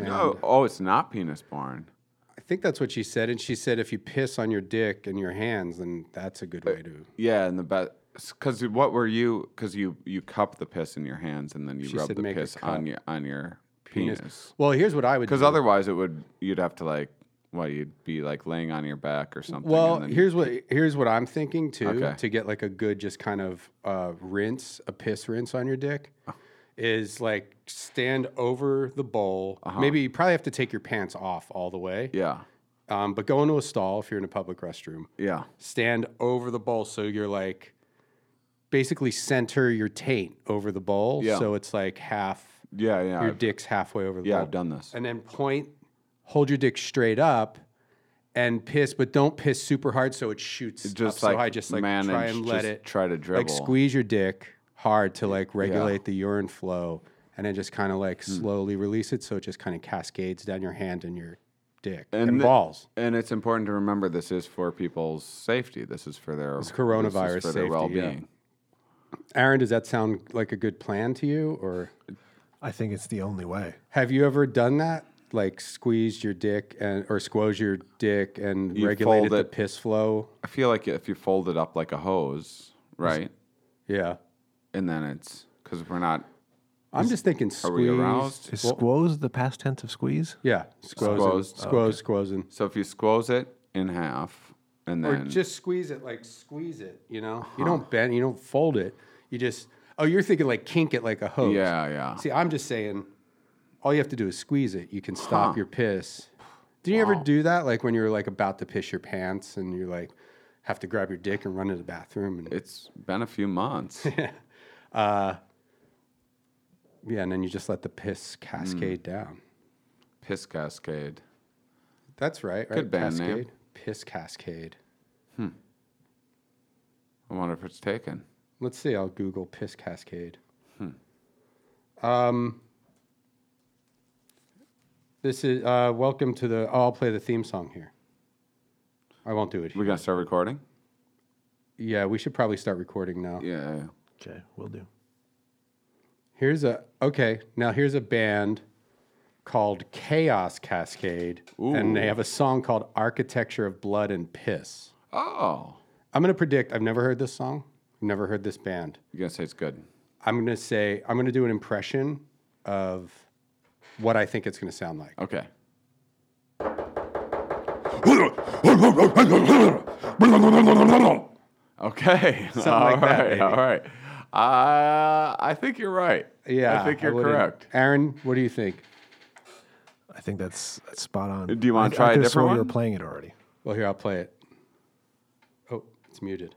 [SPEAKER 3] No, oh, it's not penis born.
[SPEAKER 1] I think that's what she said. And she said if you piss on your dick and your hands, then that's a good way to.
[SPEAKER 3] Yeah, and the best because what were you? Because you you cup the piss in your hands and then you
[SPEAKER 1] She
[SPEAKER 3] rub
[SPEAKER 1] said
[SPEAKER 3] the
[SPEAKER 1] make a
[SPEAKER 3] piss on
[SPEAKER 1] cup.
[SPEAKER 3] your on your
[SPEAKER 1] Penis.
[SPEAKER 3] penis.
[SPEAKER 1] Well, here's what I would.
[SPEAKER 3] Because
[SPEAKER 1] do.
[SPEAKER 3] otherwise, it would you'd have to like well you'd be like laying on your back or something.
[SPEAKER 1] Well,
[SPEAKER 3] and then-
[SPEAKER 1] here's what here's what I'm thinking too
[SPEAKER 3] Okay.
[SPEAKER 1] to get like a good just kind of uh, rinse, a piss rinse on your dick,
[SPEAKER 3] Oh.
[SPEAKER 1] is like stand over the bowl. Maybe you probably have to take your pants off all the way,
[SPEAKER 3] Uh-huh. yeah,
[SPEAKER 1] um, but go into a stall if you're in a public restroom.
[SPEAKER 3] yeah.
[SPEAKER 1] Stand over the bowl so you're like basically center your taint over the bowl.
[SPEAKER 3] Yeah.
[SPEAKER 1] So it's like half
[SPEAKER 3] Yeah, yeah.
[SPEAKER 1] your
[SPEAKER 3] I've-
[SPEAKER 1] dick's halfway over the
[SPEAKER 3] yeah,
[SPEAKER 1] bowl.
[SPEAKER 3] I've done this.
[SPEAKER 1] And then point, hold your dick straight up and piss, but don't piss super hard so it shoots.
[SPEAKER 3] It just,
[SPEAKER 1] up.
[SPEAKER 3] like,
[SPEAKER 1] so I just like try
[SPEAKER 3] manage-
[SPEAKER 1] and let
[SPEAKER 3] just
[SPEAKER 1] it
[SPEAKER 3] try to
[SPEAKER 1] Like
[SPEAKER 3] dribble.
[SPEAKER 1] squeeze your dick hard to like regulate the urine flow and then just kind of
[SPEAKER 3] Hmm.
[SPEAKER 1] like slowly release it so it just kind of cascades down your hand and your dick and,
[SPEAKER 3] the-
[SPEAKER 1] balls.
[SPEAKER 3] And it's important to remember this is for people's safety. This is for their
[SPEAKER 1] It's coronavirus
[SPEAKER 3] this is for their
[SPEAKER 1] safety, yeah.
[SPEAKER 3] well-being.
[SPEAKER 1] Aaron, does that sound like a good plan to you or
[SPEAKER 8] I think it's the only way.
[SPEAKER 1] have you ever done that? Like squeezed your dick and or squoze your dick and
[SPEAKER 3] You
[SPEAKER 1] regulated
[SPEAKER 3] fold
[SPEAKER 1] the
[SPEAKER 3] it.
[SPEAKER 1] piss flow.
[SPEAKER 3] I feel like if you fold it up like a hose, right?
[SPEAKER 1] Yeah.
[SPEAKER 3] And then it's because we're not
[SPEAKER 1] I'm just thinking
[SPEAKER 3] are we
[SPEAKER 1] squeeze.
[SPEAKER 3] aroused?
[SPEAKER 8] Is squoze the past tense of squeeze?
[SPEAKER 1] Yeah, squoze,
[SPEAKER 3] Squoze.
[SPEAKER 1] squoze, squozing.
[SPEAKER 3] So if you squoze it in half and
[SPEAKER 1] Or
[SPEAKER 3] then
[SPEAKER 1] just squeeze it, like squeeze it. You know, you don't bend, you don't fold it. You just oh, you're thinking like kink it like a hose.
[SPEAKER 3] yeah, yeah.
[SPEAKER 1] See, I'm just saying, all you have to do is squeeze it. You can stop
[SPEAKER 3] Huh.
[SPEAKER 1] your piss. Did you ever do that? Like when you're like about to piss your pants and you're like have to grab your dick and run to the bathroom and
[SPEAKER 3] It's been a
[SPEAKER 1] (laughs)
[SPEAKER 3] few months.
[SPEAKER 1] yeah, and then you just let the piss cascade down.
[SPEAKER 3] Piss cascade.
[SPEAKER 1] That's right. Right.
[SPEAKER 3] Good band name.
[SPEAKER 1] cascade. Piss cascade.
[SPEAKER 3] I wonder if it's taken.
[SPEAKER 1] Let's see. I'll Google piss cascade. Um, this is uh, welcome to the. Oh, I'll play the theme song here. I won't do it.
[SPEAKER 3] We're gonna start recording.
[SPEAKER 1] Yeah, we should probably start recording now.
[SPEAKER 3] Yeah. yeah.
[SPEAKER 8] Okay, we'll do.
[SPEAKER 1] Here's a okay. Now here's a band called Chaos Cascade, and they have a song called "Architecture of Blood and Piss."
[SPEAKER 3] Oh,
[SPEAKER 1] I'm gonna predict. I've never heard this song. Never heard this band.
[SPEAKER 3] you're gonna say it's good.
[SPEAKER 1] I'm gonna say I'm gonna do an impression of what I think it's gonna sound like.
[SPEAKER 3] Okay.
[SPEAKER 1] (laughs)
[SPEAKER 3] Okay. All right.
[SPEAKER 1] like that, maybe.
[SPEAKER 3] All right. Uh, I think you're right.
[SPEAKER 1] Yeah,
[SPEAKER 3] I think you're
[SPEAKER 1] wouldn't-
[SPEAKER 3] correct.
[SPEAKER 1] Aaron, what do you think?
[SPEAKER 8] I think that's, that's spot on.
[SPEAKER 3] Do you wanna
[SPEAKER 8] I- I
[SPEAKER 3] try a
[SPEAKER 8] could've
[SPEAKER 3] different
[SPEAKER 8] sworn You were
[SPEAKER 3] one?
[SPEAKER 8] playing it already.
[SPEAKER 1] Well, here I'll play it. Oh, it's muted.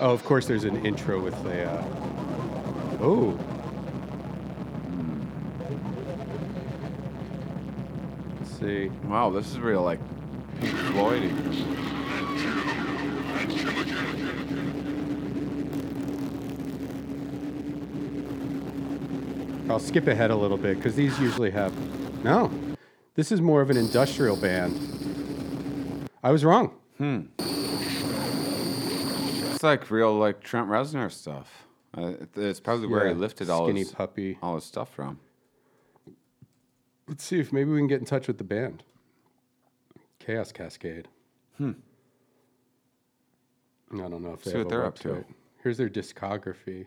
[SPEAKER 1] Oh, of course, there's an intro with a. Uh... Oh. Let's see.
[SPEAKER 3] Wow, this is real like Pink Floyd.
[SPEAKER 1] I'll skip ahead a little bit because these usually have. No, this is more of an industrial band. I was wrong.
[SPEAKER 3] It's like real like Trent Reznor stuff. Uh, it's probably where he
[SPEAKER 1] Yeah,
[SPEAKER 3] lifted all
[SPEAKER 1] Skinny
[SPEAKER 3] his
[SPEAKER 1] Puppy.
[SPEAKER 3] all his stuff from.
[SPEAKER 1] Let's see if maybe we can get in touch with the band. Chaos Cascade. Hmm. I don't know if they
[SPEAKER 3] See
[SPEAKER 1] have
[SPEAKER 3] what
[SPEAKER 1] a
[SPEAKER 3] they're up to.
[SPEAKER 1] website. Here's their discography.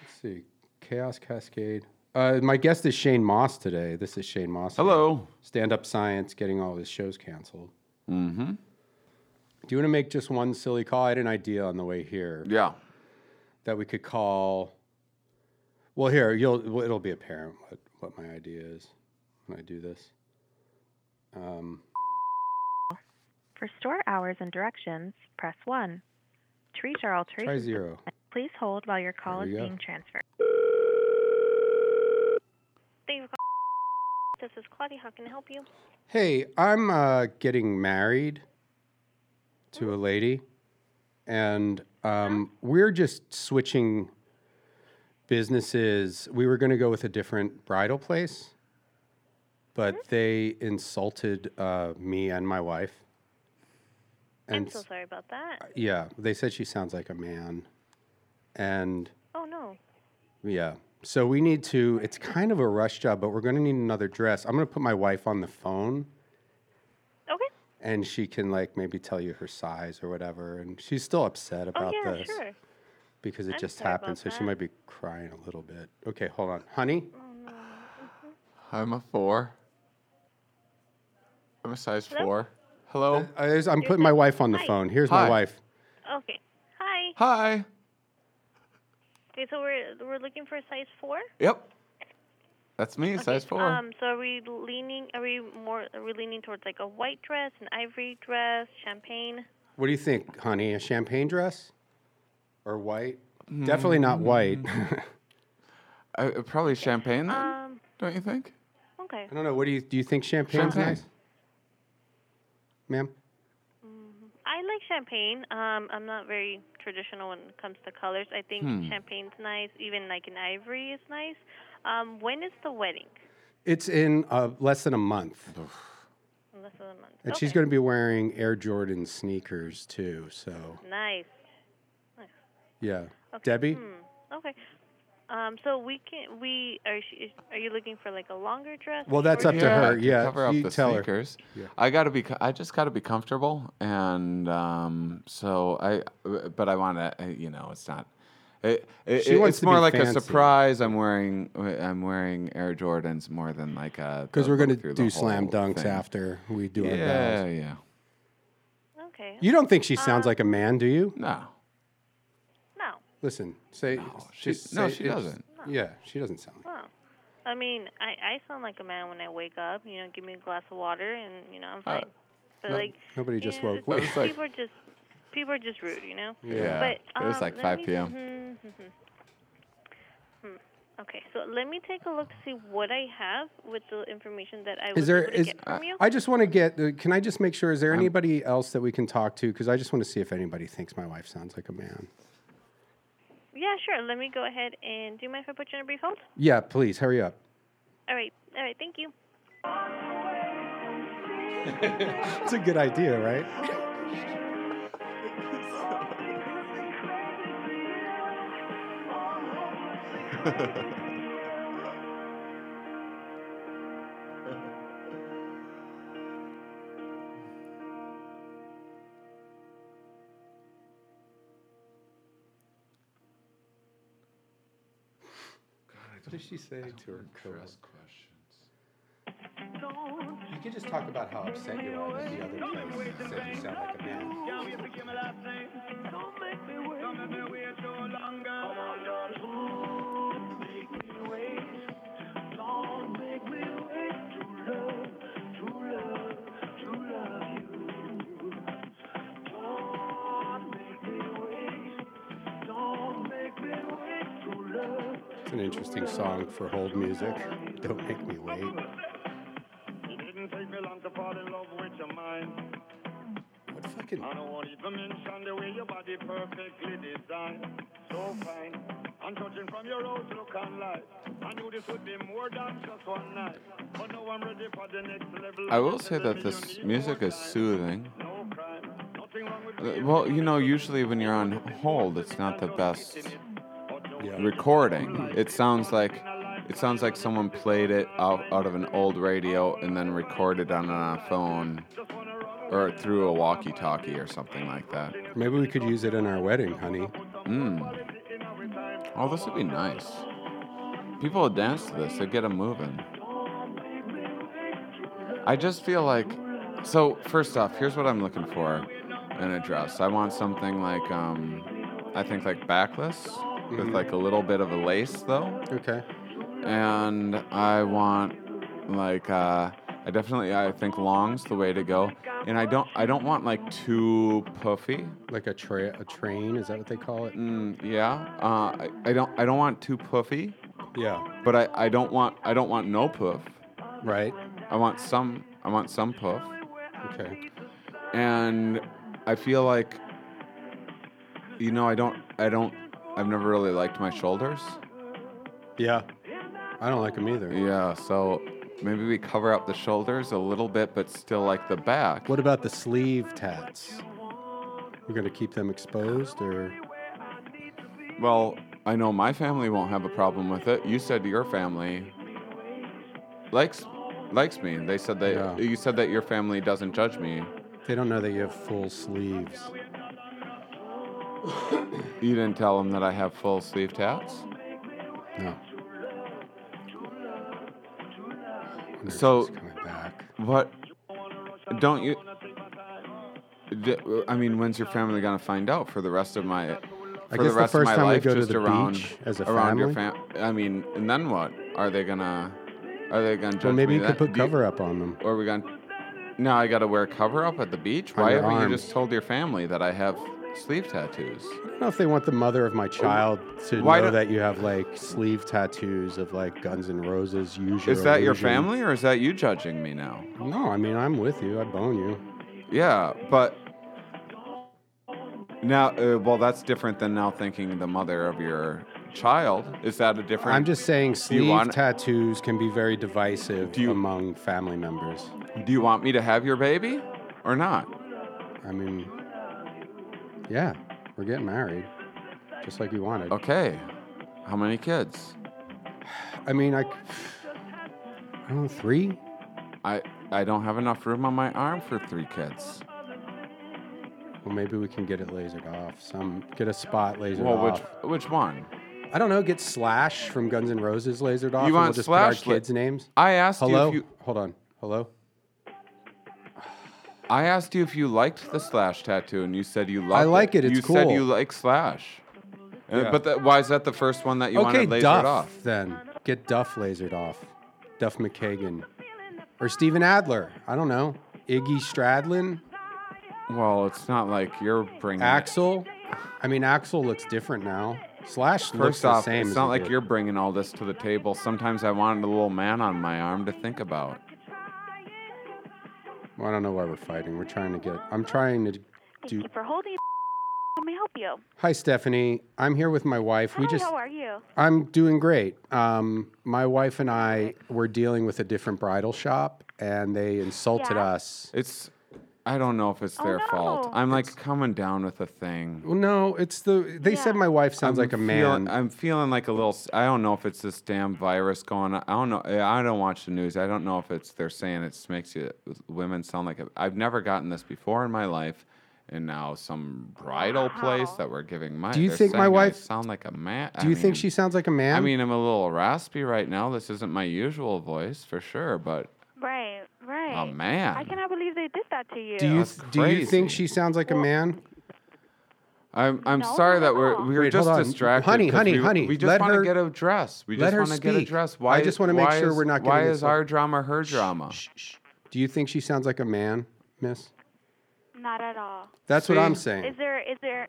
[SPEAKER 1] Let's see. Chaos Cascade. Uh, my guest is Shane Moss today. This is Shane Moss.
[SPEAKER 3] Hello.
[SPEAKER 1] Stand Up Science getting all his shows canceled. Mm-hmm. Do you want to make just one silly call? I had an idea on the way here
[SPEAKER 3] Yeah.
[SPEAKER 1] that we could call. Well, here you'll well, it'll be apparent what what my idea is when I do this. Um,
[SPEAKER 11] For store hours and directions, press 1. To reach our
[SPEAKER 1] try
[SPEAKER 11] alteration,
[SPEAKER 1] zero.
[SPEAKER 11] please hold while your call
[SPEAKER 1] There
[SPEAKER 11] is
[SPEAKER 1] we go.
[SPEAKER 11] being transferred. Thank you for calling. This is Claudia. How can I help you?
[SPEAKER 1] Hey, I'm uh, getting married to a lady, and um, we're just switching businesses. We were going to go with a different bridal place, but
[SPEAKER 11] Mm-hmm.
[SPEAKER 1] they insulted uh, me and my wife.
[SPEAKER 11] I'm
[SPEAKER 1] And
[SPEAKER 11] so sorry about that.
[SPEAKER 1] Yeah, they said she sounds like a man. And
[SPEAKER 11] Oh, no.
[SPEAKER 1] yeah, so we need to, it's kind of a rush job, but we're going to need another dress. I'm going to put my wife on the phone
[SPEAKER 11] Okay.
[SPEAKER 1] and she can like maybe tell you her size or whatever. And she's still upset
[SPEAKER 11] Oh,
[SPEAKER 1] about
[SPEAKER 11] yeah,
[SPEAKER 1] this
[SPEAKER 11] sure.
[SPEAKER 1] because it
[SPEAKER 11] I'm
[SPEAKER 1] just
[SPEAKER 11] sorry about
[SPEAKER 1] happened. So she
[SPEAKER 11] that.
[SPEAKER 1] might be crying a little bit. Okay, hold on. Honey,
[SPEAKER 3] I'm a four. I'm a size
[SPEAKER 11] Hello?
[SPEAKER 3] four. Hello.
[SPEAKER 1] I- I'm putting my wife on the
[SPEAKER 11] Hi.
[SPEAKER 1] phone. Here's my
[SPEAKER 3] Hi.
[SPEAKER 1] wife.
[SPEAKER 11] Okay. Hi.
[SPEAKER 3] Hi.
[SPEAKER 11] Okay, so we're, we're looking for size 4?
[SPEAKER 3] Yep. That's me, size four.
[SPEAKER 11] Um, so are we leaning, are we more, are we leaning towards like a white dress, an ivory dress, champagne?
[SPEAKER 1] What do you think, honey? A champagne dress or white? Definitely not
[SPEAKER 3] Mm.
[SPEAKER 1] white. (laughs)
[SPEAKER 3] uh, probably champagne. Then.
[SPEAKER 12] Um,
[SPEAKER 3] Don't you think?
[SPEAKER 12] okay.
[SPEAKER 1] I don't know. What do you do? You think champagne's
[SPEAKER 3] Champagne.
[SPEAKER 1] nice, ma'am?
[SPEAKER 12] I like champagne. Um, I'm not very traditional when it comes to colors. I think
[SPEAKER 1] Hmm.
[SPEAKER 12] champagne's nice. Even like an ivory is nice. Um, when is the wedding?
[SPEAKER 1] It's in uh, less than a month,
[SPEAKER 12] Less than a month.
[SPEAKER 1] and she's going to be wearing Air Jordan sneakers too. So
[SPEAKER 12] Nice.
[SPEAKER 1] yeah,
[SPEAKER 12] Okay.
[SPEAKER 1] Debbie.
[SPEAKER 12] Hmm. Okay. Um, so we can we are she, is- are you looking for like a longer dress?
[SPEAKER 1] Well, that's up to her. Yeah,
[SPEAKER 3] cover up
[SPEAKER 1] you
[SPEAKER 3] the
[SPEAKER 1] tell her.
[SPEAKER 3] sneakers.
[SPEAKER 1] Yeah.
[SPEAKER 3] I gotta be. co- I just gotta be comfortable, and um, so I. But I want to. You know, it's not. It, it,
[SPEAKER 1] She wants
[SPEAKER 3] it's
[SPEAKER 1] to
[SPEAKER 3] more
[SPEAKER 1] be
[SPEAKER 3] like
[SPEAKER 1] fancy.
[SPEAKER 3] a surprise. I'm wearing. uh, I'm wearing Air Jordans more than like a.
[SPEAKER 1] Because
[SPEAKER 3] the
[SPEAKER 1] we're going
[SPEAKER 3] look
[SPEAKER 1] to
[SPEAKER 3] through the
[SPEAKER 1] do slam
[SPEAKER 3] whole
[SPEAKER 1] dunks
[SPEAKER 3] thing.
[SPEAKER 1] after we do our
[SPEAKER 3] Yeah,
[SPEAKER 1] vows.
[SPEAKER 3] yeah.
[SPEAKER 12] Okay.
[SPEAKER 1] You don't think she
[SPEAKER 12] Uh,
[SPEAKER 1] sounds like a man, do you?
[SPEAKER 3] No.
[SPEAKER 12] No.
[SPEAKER 1] Listen, say
[SPEAKER 3] she-
[SPEAKER 1] just
[SPEAKER 3] no,
[SPEAKER 1] say
[SPEAKER 3] she
[SPEAKER 1] it's-
[SPEAKER 3] doesn't.
[SPEAKER 1] Yeah, she doesn't sound.
[SPEAKER 12] Oh. I mean, I I sound like a man when I wake up. You know, give me a glass of water, and you know I'm
[SPEAKER 1] Uh,
[SPEAKER 12] fine. but
[SPEAKER 1] no-
[SPEAKER 12] like
[SPEAKER 1] nobody
[SPEAKER 12] you
[SPEAKER 1] just
[SPEAKER 12] know,
[SPEAKER 1] woke up. (laughs) It's
[SPEAKER 12] it's-
[SPEAKER 1] like-
[SPEAKER 12] people are just people are just rude, you know.
[SPEAKER 1] Yeah.
[SPEAKER 12] But
[SPEAKER 3] It was
[SPEAKER 12] um,
[SPEAKER 3] like
[SPEAKER 12] let
[SPEAKER 3] 5
[SPEAKER 12] me-
[SPEAKER 3] p.m..
[SPEAKER 12] mhm, mhm. (laughs) Hmm. Okay, so let me take a look to see what I have with the information that I was
[SPEAKER 1] Is there
[SPEAKER 12] able to
[SPEAKER 1] is
[SPEAKER 12] get from you.
[SPEAKER 1] I just want to get uh, can I just make sure is there anybody else that we can talk to cuz I just want to see if anybody thinks my wife sounds like a man.
[SPEAKER 12] Yeah, sure. Let me go ahead and do you mind if I put you on a brief hold?
[SPEAKER 1] Yeah, please hurry up.
[SPEAKER 12] All right, all right. Thank you.
[SPEAKER 1] It's a good idea, right? What does she say to her trust questions? You can just talk about how upset you are that the other person said you sound like a man. It's an interesting song for hold music. Don't make me wait.
[SPEAKER 10] It didn't take me long to fall in love with your mind.
[SPEAKER 1] What fucking?
[SPEAKER 10] I don't want to even mention the way your body perfectly designed. So fine. And judging from your outlook on life, I knew this would be more than just one night. But now I'm ready for the next level.
[SPEAKER 3] I will say that this music is soothing. Uh, Well, you know, usually when you're on hold, it's not the best recording. It sounds like it sounds like someone played it out, out of an old radio and then recorded on a phone or through a walkie-talkie or something like that.
[SPEAKER 1] Maybe we could use it in our wedding, honey.
[SPEAKER 3] Mm. Oh, this would be nice. People would dance to this. They'd get them moving. I just feel like, so first off, here's what I'm looking for in a dress. I want something like, um, I think like backless with
[SPEAKER 1] Mhm.
[SPEAKER 3] like a little bit of a lace though,
[SPEAKER 1] Okay.
[SPEAKER 3] and I want like, uh, I definitely I think long's the way to go, and I don't I don't want like too puffy.
[SPEAKER 1] Like a tra- a train, is that what they call it?
[SPEAKER 3] Mm, yeah. Uh, I, I don't I don't want too puffy,
[SPEAKER 1] Yeah.
[SPEAKER 3] but I, I don't want I don't want no puff.
[SPEAKER 1] Right.
[SPEAKER 3] I want some I want some puff.
[SPEAKER 1] Okay.
[SPEAKER 3] And I feel like you know, I don't I don't I've never really liked my shoulders.
[SPEAKER 1] Yeah. I don't like them either.
[SPEAKER 3] Yeah, so maybe we cover up the shoulders a little bit but still like the back.
[SPEAKER 1] What about the sleeve tats? We're gonna keep them exposed, or
[SPEAKER 3] Well, I know my family won't have a problem with it. You said your family likes likes me. They said they
[SPEAKER 1] Yeah.
[SPEAKER 3] you said that your family doesn't judge me.
[SPEAKER 1] they don't know that you have full sleeves.
[SPEAKER 3] You didn't tell them that I have full sleeve tats?
[SPEAKER 1] No.
[SPEAKER 3] So
[SPEAKER 1] coming back.
[SPEAKER 3] What? Don't you? D- I mean, when's your family gonna find out? For the rest of my, for
[SPEAKER 1] guess
[SPEAKER 3] the
[SPEAKER 1] the
[SPEAKER 3] rest
[SPEAKER 1] first
[SPEAKER 3] of my
[SPEAKER 1] time we
[SPEAKER 3] life,
[SPEAKER 1] go to
[SPEAKER 3] just
[SPEAKER 1] the
[SPEAKER 3] around,
[SPEAKER 1] beach as a
[SPEAKER 3] around your
[SPEAKER 1] family.
[SPEAKER 3] fam. I mean, and then what? Are they gonna? Are they gonna judge
[SPEAKER 1] Well, maybe
[SPEAKER 3] me
[SPEAKER 1] you could
[SPEAKER 3] then?
[SPEAKER 1] put
[SPEAKER 3] Do you-
[SPEAKER 1] cover up on them.
[SPEAKER 3] Or are we gonna? Now I gotta wear a cover up at the beach.
[SPEAKER 1] On
[SPEAKER 3] Why
[SPEAKER 1] your
[SPEAKER 3] haven't
[SPEAKER 1] arm.
[SPEAKER 3] you just told your family that I have sleeve tattoos?
[SPEAKER 1] I don't know if they want the mother of my child to
[SPEAKER 3] Why
[SPEAKER 1] know
[SPEAKER 3] don't-
[SPEAKER 1] that you have like sleeve tattoos of like Guns N' Roses. Usually,
[SPEAKER 3] Is that your family or is that you judging me now?
[SPEAKER 1] No, I mean I'm with you. I bone you.
[SPEAKER 3] Yeah, but now, uh, well, that's different than now thinking the mother of your child. Is that a different?
[SPEAKER 1] I'm just saying
[SPEAKER 3] Do you
[SPEAKER 1] sleeve
[SPEAKER 3] want-
[SPEAKER 1] tattoos can be very divisive among family members.
[SPEAKER 3] Do you want me to have your baby or not?
[SPEAKER 1] I mean, yeah, we're getting married, just like we wanted.
[SPEAKER 3] Okay. How many kids?
[SPEAKER 1] I mean, I, I don't know, three.
[SPEAKER 3] I I don't have enough room on my arm for three kids.
[SPEAKER 1] Well, maybe we can get it lasered off. Some get a spot lasered
[SPEAKER 3] well,
[SPEAKER 1] off.
[SPEAKER 3] which which one?
[SPEAKER 1] I don't know. Get Slash from Guns N' Roses lasered off. and
[SPEAKER 3] want
[SPEAKER 1] we'll just
[SPEAKER 3] Slash
[SPEAKER 1] Put
[SPEAKER 3] la-
[SPEAKER 1] our kids' names.
[SPEAKER 3] I asked you if
[SPEAKER 1] Hello?
[SPEAKER 3] you-
[SPEAKER 1] Hold on. Hello.
[SPEAKER 3] I asked you if you liked the slash tattoo, and you said you loved.
[SPEAKER 1] like it, it's
[SPEAKER 3] you said
[SPEAKER 1] cool.
[SPEAKER 3] you like slash. Uh,
[SPEAKER 1] Yeah.
[SPEAKER 3] But that, why is that the first one that you
[SPEAKER 1] okay,
[SPEAKER 3] wanted lasered
[SPEAKER 1] Duff.
[SPEAKER 3] off?
[SPEAKER 1] Then get Duff lasered off. Duff McKagan or Steven Adler. I don't know. Iggy Stradlin.
[SPEAKER 3] Well, it's not like you're bringing.
[SPEAKER 1] Axel. I mean, Axel looks different now. Slash
[SPEAKER 3] It.
[SPEAKER 1] looks
[SPEAKER 3] First
[SPEAKER 1] the
[SPEAKER 3] off,
[SPEAKER 1] same
[SPEAKER 3] it's
[SPEAKER 1] as
[SPEAKER 3] not
[SPEAKER 1] he
[SPEAKER 3] like
[SPEAKER 1] did.
[SPEAKER 3] you're bringing all this to the table. Sometimes I wanted a little man on my arm to think about.
[SPEAKER 1] Well, I don't know why we're fighting. We're trying to get. I'm trying to do.
[SPEAKER 11] Thank you for holding. Let me help you.
[SPEAKER 1] Hi, Stephanie. I'm here with my wife. we
[SPEAKER 11] Hi,
[SPEAKER 1] just.
[SPEAKER 11] how are you?
[SPEAKER 1] I'm doing great. Um, my wife and I were dealing with a different bridal shop, and they insulted
[SPEAKER 11] Yeah.
[SPEAKER 1] us.
[SPEAKER 3] It's. I don't know if it's their fault. I'm like coming down with a thing.
[SPEAKER 1] Well, no, it's the. They said my wife sounds
[SPEAKER 3] I'm
[SPEAKER 1] like a
[SPEAKER 3] feeling-
[SPEAKER 1] man.
[SPEAKER 3] I'm feeling like a little. s- I don't know if it's this damn virus going. on. I don't know. I I don't watch the news. I don't know if it's they're saying it makes you women sound like. A, I've never gotten this before in my life, and now some bridal place that we're giving my.
[SPEAKER 1] Do you
[SPEAKER 3] they're
[SPEAKER 1] think my
[SPEAKER 3] saying I
[SPEAKER 1] wife-
[SPEAKER 3] sound like a man?
[SPEAKER 1] Do you think she sounds like a man?
[SPEAKER 3] I mean, I'm a little raspy right now. This isn't my usual voice for sure, but
[SPEAKER 11] Right, right.
[SPEAKER 3] Oh, man.
[SPEAKER 11] I cannot believe they did that to you.
[SPEAKER 1] do you do you think she sounds like a man?
[SPEAKER 3] I'm I'm sorry that we're we were
[SPEAKER 1] Wait, hold
[SPEAKER 3] just
[SPEAKER 1] on.
[SPEAKER 3] distracted.
[SPEAKER 1] Honey,
[SPEAKER 3] 'cause
[SPEAKER 1] honey,
[SPEAKER 3] we,
[SPEAKER 1] honey,
[SPEAKER 3] We just
[SPEAKER 1] let
[SPEAKER 3] want to
[SPEAKER 1] her-
[SPEAKER 3] get a dress. We
[SPEAKER 1] let
[SPEAKER 3] just
[SPEAKER 1] her
[SPEAKER 3] want to get a
[SPEAKER 1] speak.
[SPEAKER 3] dress.
[SPEAKER 1] I
[SPEAKER 3] Why?
[SPEAKER 1] just wanna make
[SPEAKER 3] why
[SPEAKER 1] sure
[SPEAKER 3] is-
[SPEAKER 1] we're not
[SPEAKER 3] Why
[SPEAKER 1] getting
[SPEAKER 3] is
[SPEAKER 1] into-
[SPEAKER 3] our drama her drama?
[SPEAKER 1] Do you think she sounds like a man, Miss?
[SPEAKER 11] Not at all.
[SPEAKER 1] That's what I'm
[SPEAKER 3] See?
[SPEAKER 1] saying.
[SPEAKER 11] Is there? Is there?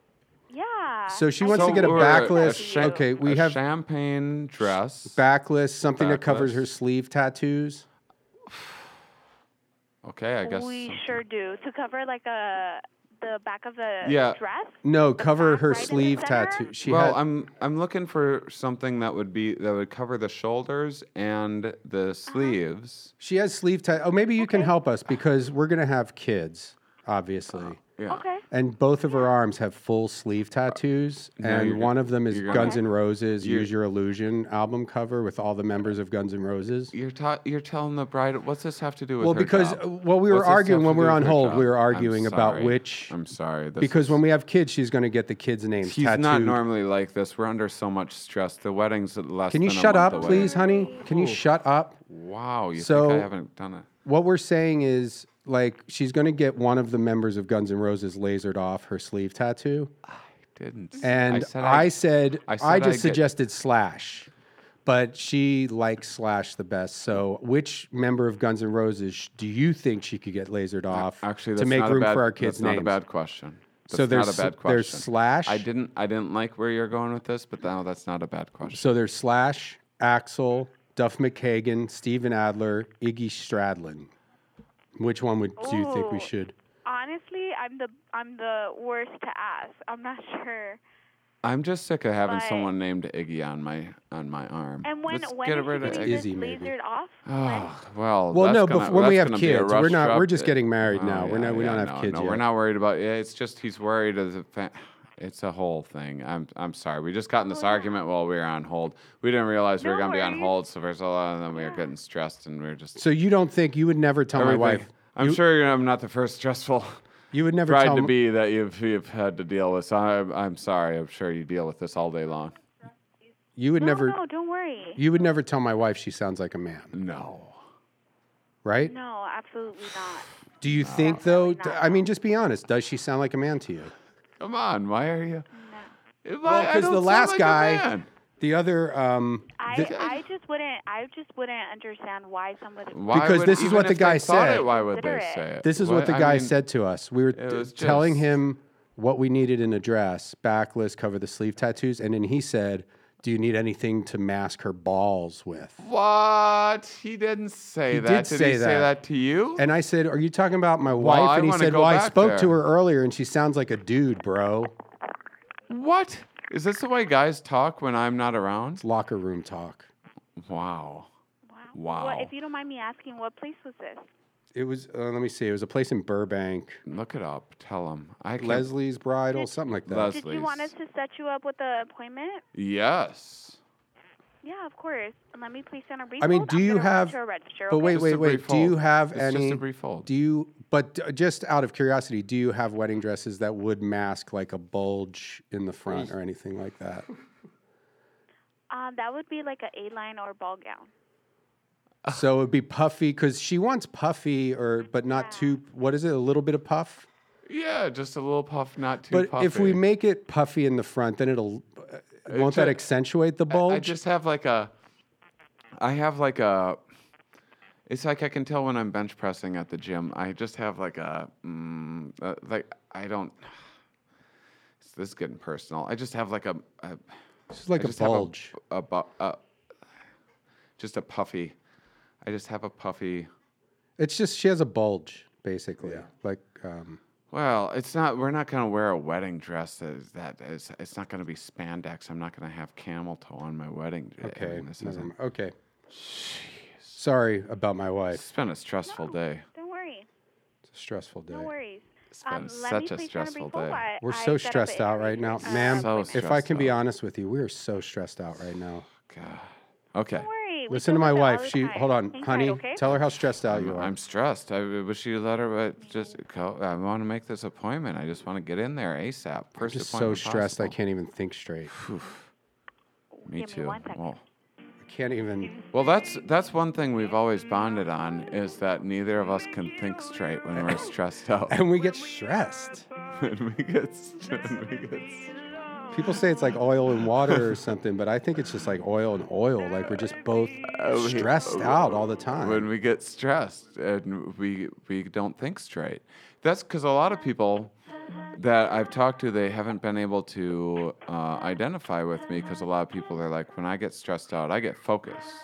[SPEAKER 11] Yeah.
[SPEAKER 1] So she wants to get a
[SPEAKER 3] we're
[SPEAKER 1] backless.
[SPEAKER 3] shan-
[SPEAKER 1] okay, we
[SPEAKER 3] a
[SPEAKER 1] have
[SPEAKER 3] champagne dress.
[SPEAKER 1] backless, something that covers
[SPEAKER 3] Backless.
[SPEAKER 1] her sleeve tattoos.
[SPEAKER 3] Okay, I guess.
[SPEAKER 11] We sure do to cover like a the back of the
[SPEAKER 3] Yeah.
[SPEAKER 11] dress.
[SPEAKER 1] No, cover her sleeve tattoo. She had-
[SPEAKER 3] well, I'm I'm looking for something that would be that would cover the shoulders and
[SPEAKER 11] Uh-huh.
[SPEAKER 3] the sleeves.
[SPEAKER 1] She has sleeve tat. Oh, maybe you can help us because we're gonna have kids, obviously.
[SPEAKER 3] Yeah.
[SPEAKER 11] Okay.
[SPEAKER 1] And both of her arms have full sleeve tattoos,
[SPEAKER 3] now you're
[SPEAKER 1] and
[SPEAKER 3] gonna-
[SPEAKER 1] one of them is
[SPEAKER 3] you're gonna-
[SPEAKER 1] Guns N' Roses
[SPEAKER 3] You're-
[SPEAKER 1] "Use Your Illusion" album cover with all the members of Guns N' Roses.
[SPEAKER 3] You're ta- you're telling the bride what's this have to do with
[SPEAKER 1] Well,
[SPEAKER 3] her
[SPEAKER 1] because
[SPEAKER 3] job?
[SPEAKER 1] uh, well, we were
[SPEAKER 3] What's this have
[SPEAKER 1] arguing
[SPEAKER 3] to
[SPEAKER 1] when we
[SPEAKER 3] do
[SPEAKER 1] were
[SPEAKER 3] with
[SPEAKER 1] on
[SPEAKER 3] her
[SPEAKER 1] hold.
[SPEAKER 3] job?
[SPEAKER 1] We were
[SPEAKER 3] I'm
[SPEAKER 1] arguing about
[SPEAKER 3] sorry.
[SPEAKER 1] which.
[SPEAKER 3] I'm sorry. This
[SPEAKER 1] because
[SPEAKER 3] is-
[SPEAKER 1] when we have kids, she's going to get the kids' names
[SPEAKER 3] She's
[SPEAKER 1] tattooed.
[SPEAKER 3] not normally like this. We're under so much stress. The wedding's less.
[SPEAKER 1] Can you
[SPEAKER 3] than a
[SPEAKER 1] shut up,
[SPEAKER 3] month away.
[SPEAKER 1] please, honey? Can you
[SPEAKER 3] Ooh.
[SPEAKER 1] shut up?
[SPEAKER 3] Wow, you
[SPEAKER 1] So-
[SPEAKER 3] think I haven't done it?
[SPEAKER 1] What we're saying is like she's going to get one of the members of Guns N' Roses lasered off her sleeve tattoo.
[SPEAKER 3] Didn't.
[SPEAKER 1] And I
[SPEAKER 3] said
[SPEAKER 1] said
[SPEAKER 3] I-
[SPEAKER 1] I, said,
[SPEAKER 3] I
[SPEAKER 1] I,
[SPEAKER 3] said I'd
[SPEAKER 1] just
[SPEAKER 3] get-
[SPEAKER 1] suggested Slash, but she likes Slash the best. So, which member of Guns N' Roses sh- do you think she could get lasered off
[SPEAKER 3] Actually, that's
[SPEAKER 1] to make
[SPEAKER 3] not a
[SPEAKER 1] room
[SPEAKER 3] bad-
[SPEAKER 1] for our kids'
[SPEAKER 3] That's
[SPEAKER 1] names?
[SPEAKER 3] not a bad question. That's
[SPEAKER 1] So
[SPEAKER 3] not
[SPEAKER 1] there's-
[SPEAKER 3] a bad question.
[SPEAKER 1] there's Slash.
[SPEAKER 3] I didn't. I didn't like where you're going with this, but now that's not a bad question.
[SPEAKER 1] So there's Slash, Axel, Duff McKagan, Steven Adler, Iggy Stradlin. Which one would do you think we
[SPEAKER 11] Ooh.
[SPEAKER 1] should?
[SPEAKER 11] Honestly, I'm the I'm the worst to ask. I'm not (laughs) sure.
[SPEAKER 3] I'm just sick of having
[SPEAKER 11] But-
[SPEAKER 3] someone named Iggy on my on my arm.
[SPEAKER 11] And when
[SPEAKER 3] Let's
[SPEAKER 11] when
[SPEAKER 3] get
[SPEAKER 11] is
[SPEAKER 3] rid
[SPEAKER 11] she
[SPEAKER 3] of
[SPEAKER 11] getting
[SPEAKER 3] Iggy.
[SPEAKER 11] this lasered off?
[SPEAKER 3] Oh, well,
[SPEAKER 1] Well,
[SPEAKER 3] that's
[SPEAKER 1] no,
[SPEAKER 3] gonna,
[SPEAKER 1] bef- when we
[SPEAKER 3] that's
[SPEAKER 1] have
[SPEAKER 3] gonna be a
[SPEAKER 1] kids, we're
[SPEAKER 3] rush
[SPEAKER 1] not-
[SPEAKER 3] job.
[SPEAKER 1] we're just getting married
[SPEAKER 3] Oh,
[SPEAKER 1] now. We're
[SPEAKER 3] yeah,
[SPEAKER 1] not- we
[SPEAKER 3] yeah,
[SPEAKER 1] don't have
[SPEAKER 3] no,
[SPEAKER 1] kids
[SPEAKER 3] No, we're
[SPEAKER 1] yet.
[SPEAKER 3] not worried about. Yeah, it's just he's worried. As a fa- it's a whole thing. I'm I'm sorry. We just got in this argument while we were on hold. We didn't realize we were
[SPEAKER 11] No
[SPEAKER 3] gonna be on
[SPEAKER 11] worries.
[SPEAKER 3] hold. So first of all, and then we were getting stressed, and we were just
[SPEAKER 1] So you don't think you would never tell
[SPEAKER 3] everything.
[SPEAKER 1] my wife?
[SPEAKER 3] I'm sure you're, I'm not the first
[SPEAKER 1] (laughs)
[SPEAKER 3] stressful.
[SPEAKER 1] You would never
[SPEAKER 3] bride
[SPEAKER 1] tell
[SPEAKER 3] to
[SPEAKER 1] m-
[SPEAKER 3] be that you've you've had to deal with. So I'm I'm sorry. I'm sure you deal with this all day long.
[SPEAKER 1] You would
[SPEAKER 11] No,
[SPEAKER 1] never.
[SPEAKER 11] no, don't worry.
[SPEAKER 1] You would never tell my wife she sounds like a man.
[SPEAKER 3] No.
[SPEAKER 1] Right?
[SPEAKER 11] No, absolutely not.
[SPEAKER 1] Do you think though? d- I mean, just be honest. Does she sound like a man to you?
[SPEAKER 3] Come on. Why are you? Am I-
[SPEAKER 1] Well,
[SPEAKER 3] I
[SPEAKER 1] because
[SPEAKER 3] don't
[SPEAKER 1] the
[SPEAKER 3] sound
[SPEAKER 1] last
[SPEAKER 3] like a
[SPEAKER 1] guy,
[SPEAKER 3] man.
[SPEAKER 1] the other, um,
[SPEAKER 11] I
[SPEAKER 1] the-
[SPEAKER 11] I just
[SPEAKER 12] just wouldn't. I just wouldn't understand why somebody.
[SPEAKER 3] Why
[SPEAKER 1] because
[SPEAKER 3] would-
[SPEAKER 1] this is
[SPEAKER 3] even
[SPEAKER 1] what the
[SPEAKER 3] if they
[SPEAKER 1] guy
[SPEAKER 3] thought
[SPEAKER 1] said.
[SPEAKER 3] it, why would they say it?
[SPEAKER 1] This is what, the
[SPEAKER 3] I
[SPEAKER 1] guy
[SPEAKER 3] mean,
[SPEAKER 1] said to us. We were
[SPEAKER 3] it
[SPEAKER 1] t-
[SPEAKER 3] was
[SPEAKER 1] telling
[SPEAKER 3] just-
[SPEAKER 1] him what we needed in a dress, back list, cover the sleeve tattoos, and then he said, "Do you need anything to mask her balls with?"
[SPEAKER 3] What? He didn't say
[SPEAKER 1] He
[SPEAKER 3] that.
[SPEAKER 1] did
[SPEAKER 3] did
[SPEAKER 1] say
[SPEAKER 3] he
[SPEAKER 1] that.
[SPEAKER 3] say that to you?
[SPEAKER 1] And I said, "Are you talking about my
[SPEAKER 3] Well,
[SPEAKER 1] wife?"
[SPEAKER 3] I
[SPEAKER 1] and he
[SPEAKER 3] wanna
[SPEAKER 1] said,
[SPEAKER 3] go
[SPEAKER 1] "Well, I
[SPEAKER 3] back
[SPEAKER 1] spoke to
[SPEAKER 3] there."
[SPEAKER 1] her earlier, and she sounds like a dude, bro."
[SPEAKER 3] What? Is this the way guys talk when I'm not around? It's
[SPEAKER 1] locker room talk.
[SPEAKER 3] Wow. Wow.
[SPEAKER 12] Well, if you don't mind me asking, what place was this?
[SPEAKER 1] It was. Uh, let me see. It was a place in Burbank.
[SPEAKER 3] Look it up. Tell him. I can't-
[SPEAKER 1] Leslie's Bridal, something like that.
[SPEAKER 3] Leslie's.
[SPEAKER 12] Did you want us to set you up with an appointment?
[SPEAKER 3] Yes.
[SPEAKER 12] Yeah, of course. And Let me please send a brief
[SPEAKER 1] I mean,
[SPEAKER 12] hold.
[SPEAKER 1] do
[SPEAKER 12] I'm
[SPEAKER 1] you
[SPEAKER 12] gonna run
[SPEAKER 1] have?
[SPEAKER 12] to a register,
[SPEAKER 1] But
[SPEAKER 12] okay?
[SPEAKER 1] wait, wait, wait. Do you have
[SPEAKER 3] It's just
[SPEAKER 1] any?
[SPEAKER 3] a brief hold.
[SPEAKER 1] Do you? But uh, just out of curiosity, do you have wedding dresses that would mask like a bulge in the front or anything like
[SPEAKER 3] (laughs)
[SPEAKER 1] that?
[SPEAKER 12] Um, that would be like a A-line or ball gown.
[SPEAKER 1] so it'd be puffy because she wants puffy or but not too. What is it? A little bit of puff.
[SPEAKER 3] Yeah, just a little puff, not too
[SPEAKER 1] but
[SPEAKER 3] puffy.
[SPEAKER 1] if we make it puffy in the front, then it'll. Uh, won't that
[SPEAKER 3] ju-
[SPEAKER 1] accentuate the
[SPEAKER 3] I-
[SPEAKER 1] bulge?
[SPEAKER 3] I, just have like a. I have like a. It's like I can tell when I'm bench pressing at the gym. I just have like a. Mm, uh, like I don't. (sighs) This is getting personal. I just have like a. a
[SPEAKER 1] just like
[SPEAKER 3] I
[SPEAKER 1] a
[SPEAKER 3] have
[SPEAKER 1] bulge.
[SPEAKER 3] A, bu- a- just a puffy. I just have a puffy.
[SPEAKER 1] It's just she has a bulge, basically. Like, um,
[SPEAKER 3] Well, it's not. We're not gonna wear a wedding dress. That is, that is it's not gonna be spandex. I'm not gonna have camel toe on my wedding day. I
[SPEAKER 1] okay,
[SPEAKER 3] mean, this
[SPEAKER 1] never
[SPEAKER 3] isn't-
[SPEAKER 1] mi- okay. Sorry about my wife.
[SPEAKER 3] It's been a stressful day.
[SPEAKER 12] Don't worry.
[SPEAKER 1] It's a stressful day.
[SPEAKER 12] No worries. Um, It's
[SPEAKER 3] been such a stressful day.
[SPEAKER 1] We're so stressed out right now,
[SPEAKER 3] uh,
[SPEAKER 1] ma'am.
[SPEAKER 12] Um,
[SPEAKER 3] So
[SPEAKER 1] if I
[SPEAKER 3] stressed
[SPEAKER 1] can be honest with you, we are so stressed out right now.
[SPEAKER 3] God. Okay.
[SPEAKER 12] worry. we
[SPEAKER 1] Listen
[SPEAKER 12] deal
[SPEAKER 1] to my
[SPEAKER 12] with that all
[SPEAKER 1] wife.
[SPEAKER 12] the
[SPEAKER 1] She
[SPEAKER 12] time.
[SPEAKER 1] hold on,
[SPEAKER 12] Hang tight,
[SPEAKER 1] honey.
[SPEAKER 12] okay?
[SPEAKER 1] Tell her how stressed out
[SPEAKER 3] I'm,
[SPEAKER 1] you are.
[SPEAKER 3] I'm stressed. I wish you let her uh, just go. I want to make this appointment. I just want to get in there ASAP.
[SPEAKER 1] I'm
[SPEAKER 3] First
[SPEAKER 1] just so
[SPEAKER 3] appointment
[SPEAKER 1] stressed I
[SPEAKER 3] possible.
[SPEAKER 1] can't even think straight.
[SPEAKER 3] Me
[SPEAKER 1] Give me
[SPEAKER 3] too.
[SPEAKER 1] one second.
[SPEAKER 3] Well,
[SPEAKER 1] I can't even.
[SPEAKER 3] well, that's that's one thing we've always bonded on is that neither of us can think straight
[SPEAKER 1] (laughs)
[SPEAKER 3] when we're stressed out. (laughs)
[SPEAKER 1] And we get stressed.
[SPEAKER 3] and we get, st- and we get
[SPEAKER 1] People say it's like oil and water or something, but I think it's just like oil and oil. Like we're just
[SPEAKER 3] (laughs)
[SPEAKER 1] both
[SPEAKER 3] Oh, we-
[SPEAKER 1] stressed out all the time.
[SPEAKER 3] when we get stressed and we we don't think straight. That's because a lot of people that I've talked to, they haven't been able to uh, identify with me because a lot of people are like, when I get stressed out, I get focused.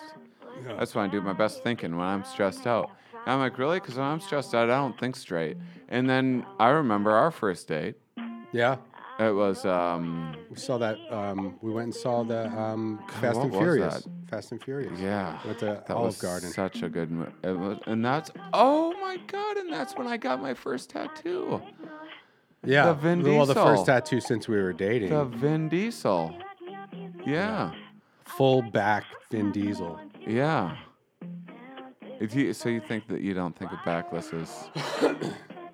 [SPEAKER 3] That's when I do my best thinking when I'm stressed out. And I'm like, really? Because when I'm stressed out, I don't think straight. And then I remember our first date.
[SPEAKER 1] Yeah.
[SPEAKER 3] It was. Um,
[SPEAKER 1] we saw that. Um, we went and saw the um, Fast
[SPEAKER 3] what
[SPEAKER 1] and
[SPEAKER 3] was
[SPEAKER 1] Furious.
[SPEAKER 3] that?
[SPEAKER 1] Fast and Furious.
[SPEAKER 3] Yeah.
[SPEAKER 1] With the
[SPEAKER 3] That
[SPEAKER 1] Olive
[SPEAKER 3] was
[SPEAKER 1] Garden.
[SPEAKER 3] such a good movie. And that's, oh my God, and that's when I got my first tattoo.
[SPEAKER 1] Yeah.
[SPEAKER 3] The Vin
[SPEAKER 1] Well, the
[SPEAKER 3] Diesel.
[SPEAKER 1] first tattoo since we were dating.
[SPEAKER 3] The Vin Diesel. Yeah.
[SPEAKER 1] Full back Vin Diesel.
[SPEAKER 3] Yeah. If you, so you think that you don't think of backless as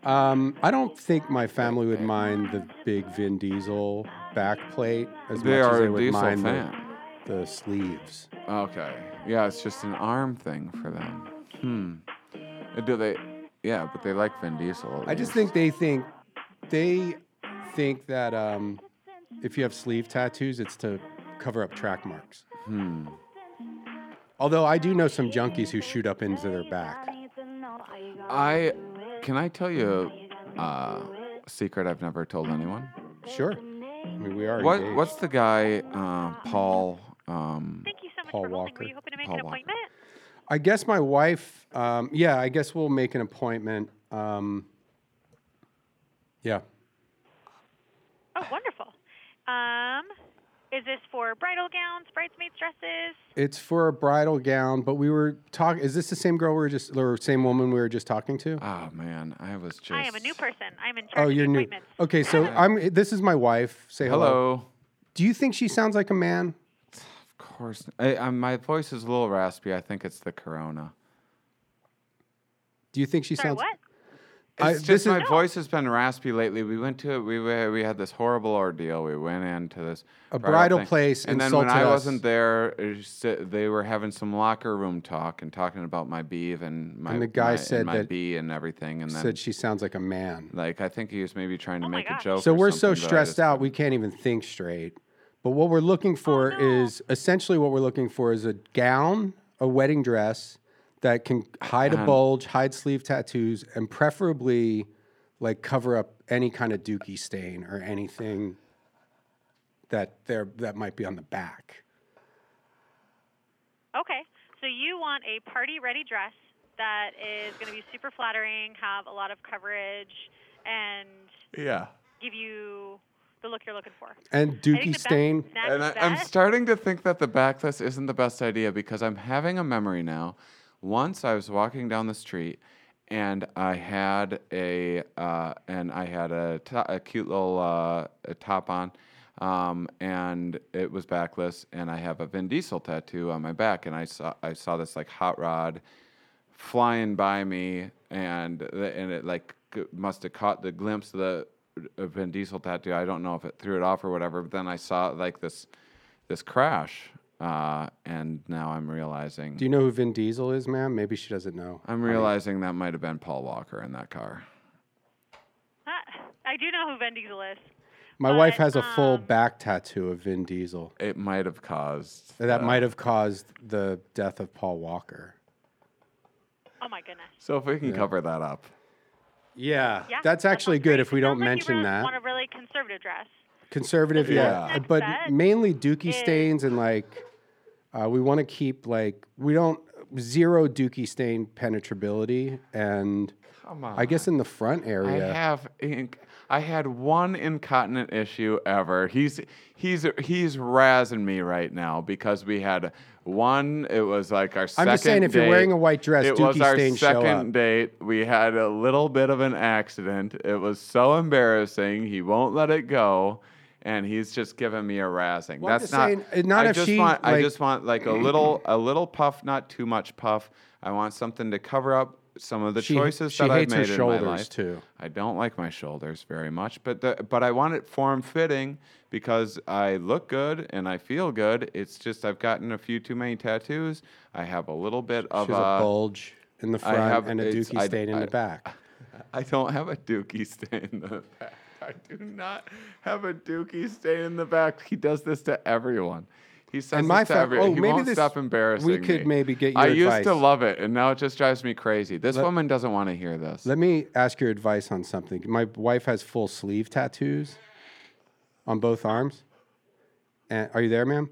[SPEAKER 1] Um, I don't think my family would mind the big Vin Diesel backplate as
[SPEAKER 3] They
[SPEAKER 1] much
[SPEAKER 3] are
[SPEAKER 1] as
[SPEAKER 3] a
[SPEAKER 1] they would
[SPEAKER 3] Diesel
[SPEAKER 1] mind
[SPEAKER 3] fan.
[SPEAKER 1] The, the sleeves.
[SPEAKER 3] okay. Yeah, it's just an arm thing for them. Hmm. Uh, Do they? Yeah, but they like Vin Diesel. at
[SPEAKER 1] I just think
[SPEAKER 3] least.
[SPEAKER 1] they think they think that um, if you have sleeve tattoos, it's to cover up track marks.
[SPEAKER 3] Hmm.
[SPEAKER 1] Although I do know some junkies who shoot up into their back.
[SPEAKER 3] I can I tell you uh, a secret I've never told anyone.
[SPEAKER 1] Sure. I mean, we are.
[SPEAKER 3] What
[SPEAKER 1] engaged.
[SPEAKER 3] What's the guy uh, Paul? Um,
[SPEAKER 12] Thank you so much
[SPEAKER 1] Paul
[SPEAKER 12] for holding.
[SPEAKER 1] Walker.
[SPEAKER 12] Were you hoping to make
[SPEAKER 3] Paul
[SPEAKER 12] an
[SPEAKER 3] Walker.
[SPEAKER 12] appointment?
[SPEAKER 1] I guess my wife. Um, yeah, I guess we'll make an appointment. Um, yeah.
[SPEAKER 12] Oh, wonderful. Um, is this for bridal gowns, bridesmaids dresses?
[SPEAKER 1] It's for a bridal gown, but we were talking. Is this the same girl we were just, or same woman we were just talking to?
[SPEAKER 3] Oh man, I was just.
[SPEAKER 12] I am a new person. I'm in charge
[SPEAKER 1] Oh,
[SPEAKER 12] of
[SPEAKER 1] you're
[SPEAKER 12] the
[SPEAKER 1] new.
[SPEAKER 12] appointments.
[SPEAKER 1] Okay, so I'm. This is my wife. Say hello.
[SPEAKER 3] Hello.
[SPEAKER 1] Do you think she sounds like a man?
[SPEAKER 3] Of course. I, I, my voice is a little raspy. I think it's the corona.
[SPEAKER 1] Do you think she sounds?
[SPEAKER 12] What?
[SPEAKER 1] I-
[SPEAKER 3] It's
[SPEAKER 1] this
[SPEAKER 3] just
[SPEAKER 1] is-
[SPEAKER 3] my voice has been raspy lately. We went to we were- we had this horrible ordeal. We went into this
[SPEAKER 1] A bridal
[SPEAKER 3] thing.
[SPEAKER 1] place
[SPEAKER 3] and then when
[SPEAKER 1] insulted
[SPEAKER 3] I
[SPEAKER 1] us.
[SPEAKER 3] wasn't there, it was s- they were having some locker room talk and talking about my beeve and my
[SPEAKER 1] And the guy
[SPEAKER 3] my-
[SPEAKER 1] said
[SPEAKER 3] my
[SPEAKER 1] that-
[SPEAKER 3] bee and everything. And then
[SPEAKER 1] Said she sounds like a man.
[SPEAKER 3] like I think he was maybe trying to make a joke.
[SPEAKER 1] So
[SPEAKER 3] or
[SPEAKER 1] we're so
[SPEAKER 3] something, but I
[SPEAKER 1] stressed
[SPEAKER 3] just-
[SPEAKER 1] out, we can't even think straight. But what we're
[SPEAKER 12] Oh,
[SPEAKER 1] looking for is essentially what we're looking for is a gown, a wedding dress that can hide a
[SPEAKER 13] Um,
[SPEAKER 1] bulge, hide sleeve tattoos, and preferably like cover up any kind of dookie stain or anything that there that might be on the back.
[SPEAKER 12] Okay. So you want a party ready dress that is going to be super flattering, have a lot of coverage, and
[SPEAKER 3] Yeah.
[SPEAKER 12] give you the look you're looking for.
[SPEAKER 1] And
[SPEAKER 12] I think the
[SPEAKER 1] dookie
[SPEAKER 12] best
[SPEAKER 1] stain.
[SPEAKER 12] next
[SPEAKER 3] and I, I'm
[SPEAKER 12] best-
[SPEAKER 3] starting to think that the backlist isn't the best idea because I'm having a memory now. Once I was walking down the street and I had a uh, and I had a, to- a cute little uh, a top on, um, and it was backless, and I have a Vin Diesel tattoo on my back, and I saw I saw this like hot rod flying by me, and the- and it like g- must have caught the glimpse of the of Vin Diesel tattoo. I don't know if it threw it off or whatever. But then I saw like this this crash, uh, and now I'm realizing
[SPEAKER 1] Do you know who Vin Diesel is, ma'am? Maybe she doesn't know.
[SPEAKER 3] I'm realizing that might have been Paul Walker in that car.
[SPEAKER 12] Ah, (laughs) I do know who Vin Diesel is.
[SPEAKER 1] My wife has a full back tattoo of Vin Diesel.
[SPEAKER 3] It might have caused
[SPEAKER 1] that
[SPEAKER 3] uh,
[SPEAKER 1] might have caused the death of Paul Walker.
[SPEAKER 12] Oh my goodness.
[SPEAKER 3] So if we can
[SPEAKER 1] Yeah.
[SPEAKER 3] cover that up,
[SPEAKER 1] Yeah,
[SPEAKER 12] Yeah,
[SPEAKER 1] that's actually good if we don't mention
[SPEAKER 12] You
[SPEAKER 1] that.
[SPEAKER 12] want a really conservative dress.
[SPEAKER 1] Conservative, yeah,
[SPEAKER 3] Yeah.
[SPEAKER 1] uh, but
[SPEAKER 12] set
[SPEAKER 1] mainly dookie stains and like uh, we want to keep like we don't zero dookie stain penetrability and
[SPEAKER 3] Come
[SPEAKER 1] I guess in the front area.
[SPEAKER 3] I have ink. I had one incontinent issue ever. He's he's he's razzing me right now because we had one. It was like our
[SPEAKER 1] I'm
[SPEAKER 3] second.
[SPEAKER 1] just saying if you're
[SPEAKER 3] date.
[SPEAKER 1] wearing a white dress,
[SPEAKER 3] it was
[SPEAKER 1] dookie
[SPEAKER 3] our
[SPEAKER 1] stains show
[SPEAKER 3] second
[SPEAKER 1] up.
[SPEAKER 3] date. We had a little bit of an accident. It was so embarrassing. He won't let it go. And he's just giving me a razzing.
[SPEAKER 1] Well, I'm
[SPEAKER 3] That's
[SPEAKER 1] just
[SPEAKER 3] not.
[SPEAKER 1] saying, uh, not
[SPEAKER 3] I
[SPEAKER 1] if
[SPEAKER 3] just
[SPEAKER 1] she,
[SPEAKER 3] want. I
[SPEAKER 1] like-
[SPEAKER 3] just want like
[SPEAKER 1] (clears throat)
[SPEAKER 3] a little, a little puff, not too much puff. I want something to cover up some of the
[SPEAKER 1] She-
[SPEAKER 3] choices
[SPEAKER 1] she
[SPEAKER 3] that I've
[SPEAKER 1] hates her
[SPEAKER 3] made in my
[SPEAKER 1] shoulders,
[SPEAKER 3] life.
[SPEAKER 1] too.
[SPEAKER 3] I don't like my shoulders very much, but the, but I want it form fitting because I look good and I feel good. It's just I've gotten a few too many tattoos. I have a little bit of
[SPEAKER 1] She
[SPEAKER 3] uh,
[SPEAKER 1] has a bulge in the
[SPEAKER 3] I
[SPEAKER 1] front
[SPEAKER 3] have-
[SPEAKER 1] and a
[SPEAKER 3] it's-
[SPEAKER 1] dookie
[SPEAKER 3] I-
[SPEAKER 1] stain in
[SPEAKER 3] I-
[SPEAKER 1] the back.
[SPEAKER 3] I don't have a dookie stain in the back. I do not have a dookie stain in the back. He does this to everyone. He says
[SPEAKER 1] And
[SPEAKER 3] this
[SPEAKER 1] my
[SPEAKER 3] to
[SPEAKER 1] fa-
[SPEAKER 3] everyone.
[SPEAKER 1] oh,
[SPEAKER 3] he
[SPEAKER 1] maybe
[SPEAKER 3] won't
[SPEAKER 1] this-
[SPEAKER 3] stop embarrassing
[SPEAKER 1] we could
[SPEAKER 3] me.
[SPEAKER 1] maybe get
[SPEAKER 3] I
[SPEAKER 1] your
[SPEAKER 3] used to
[SPEAKER 1] advice.
[SPEAKER 3] love it, and now it just drives me crazy. This
[SPEAKER 1] Let-
[SPEAKER 3] woman doesn't want to hear this.
[SPEAKER 1] Let me ask your advice on something. My wife has full sleeve tattoos on both arms. And are you there, ma'am?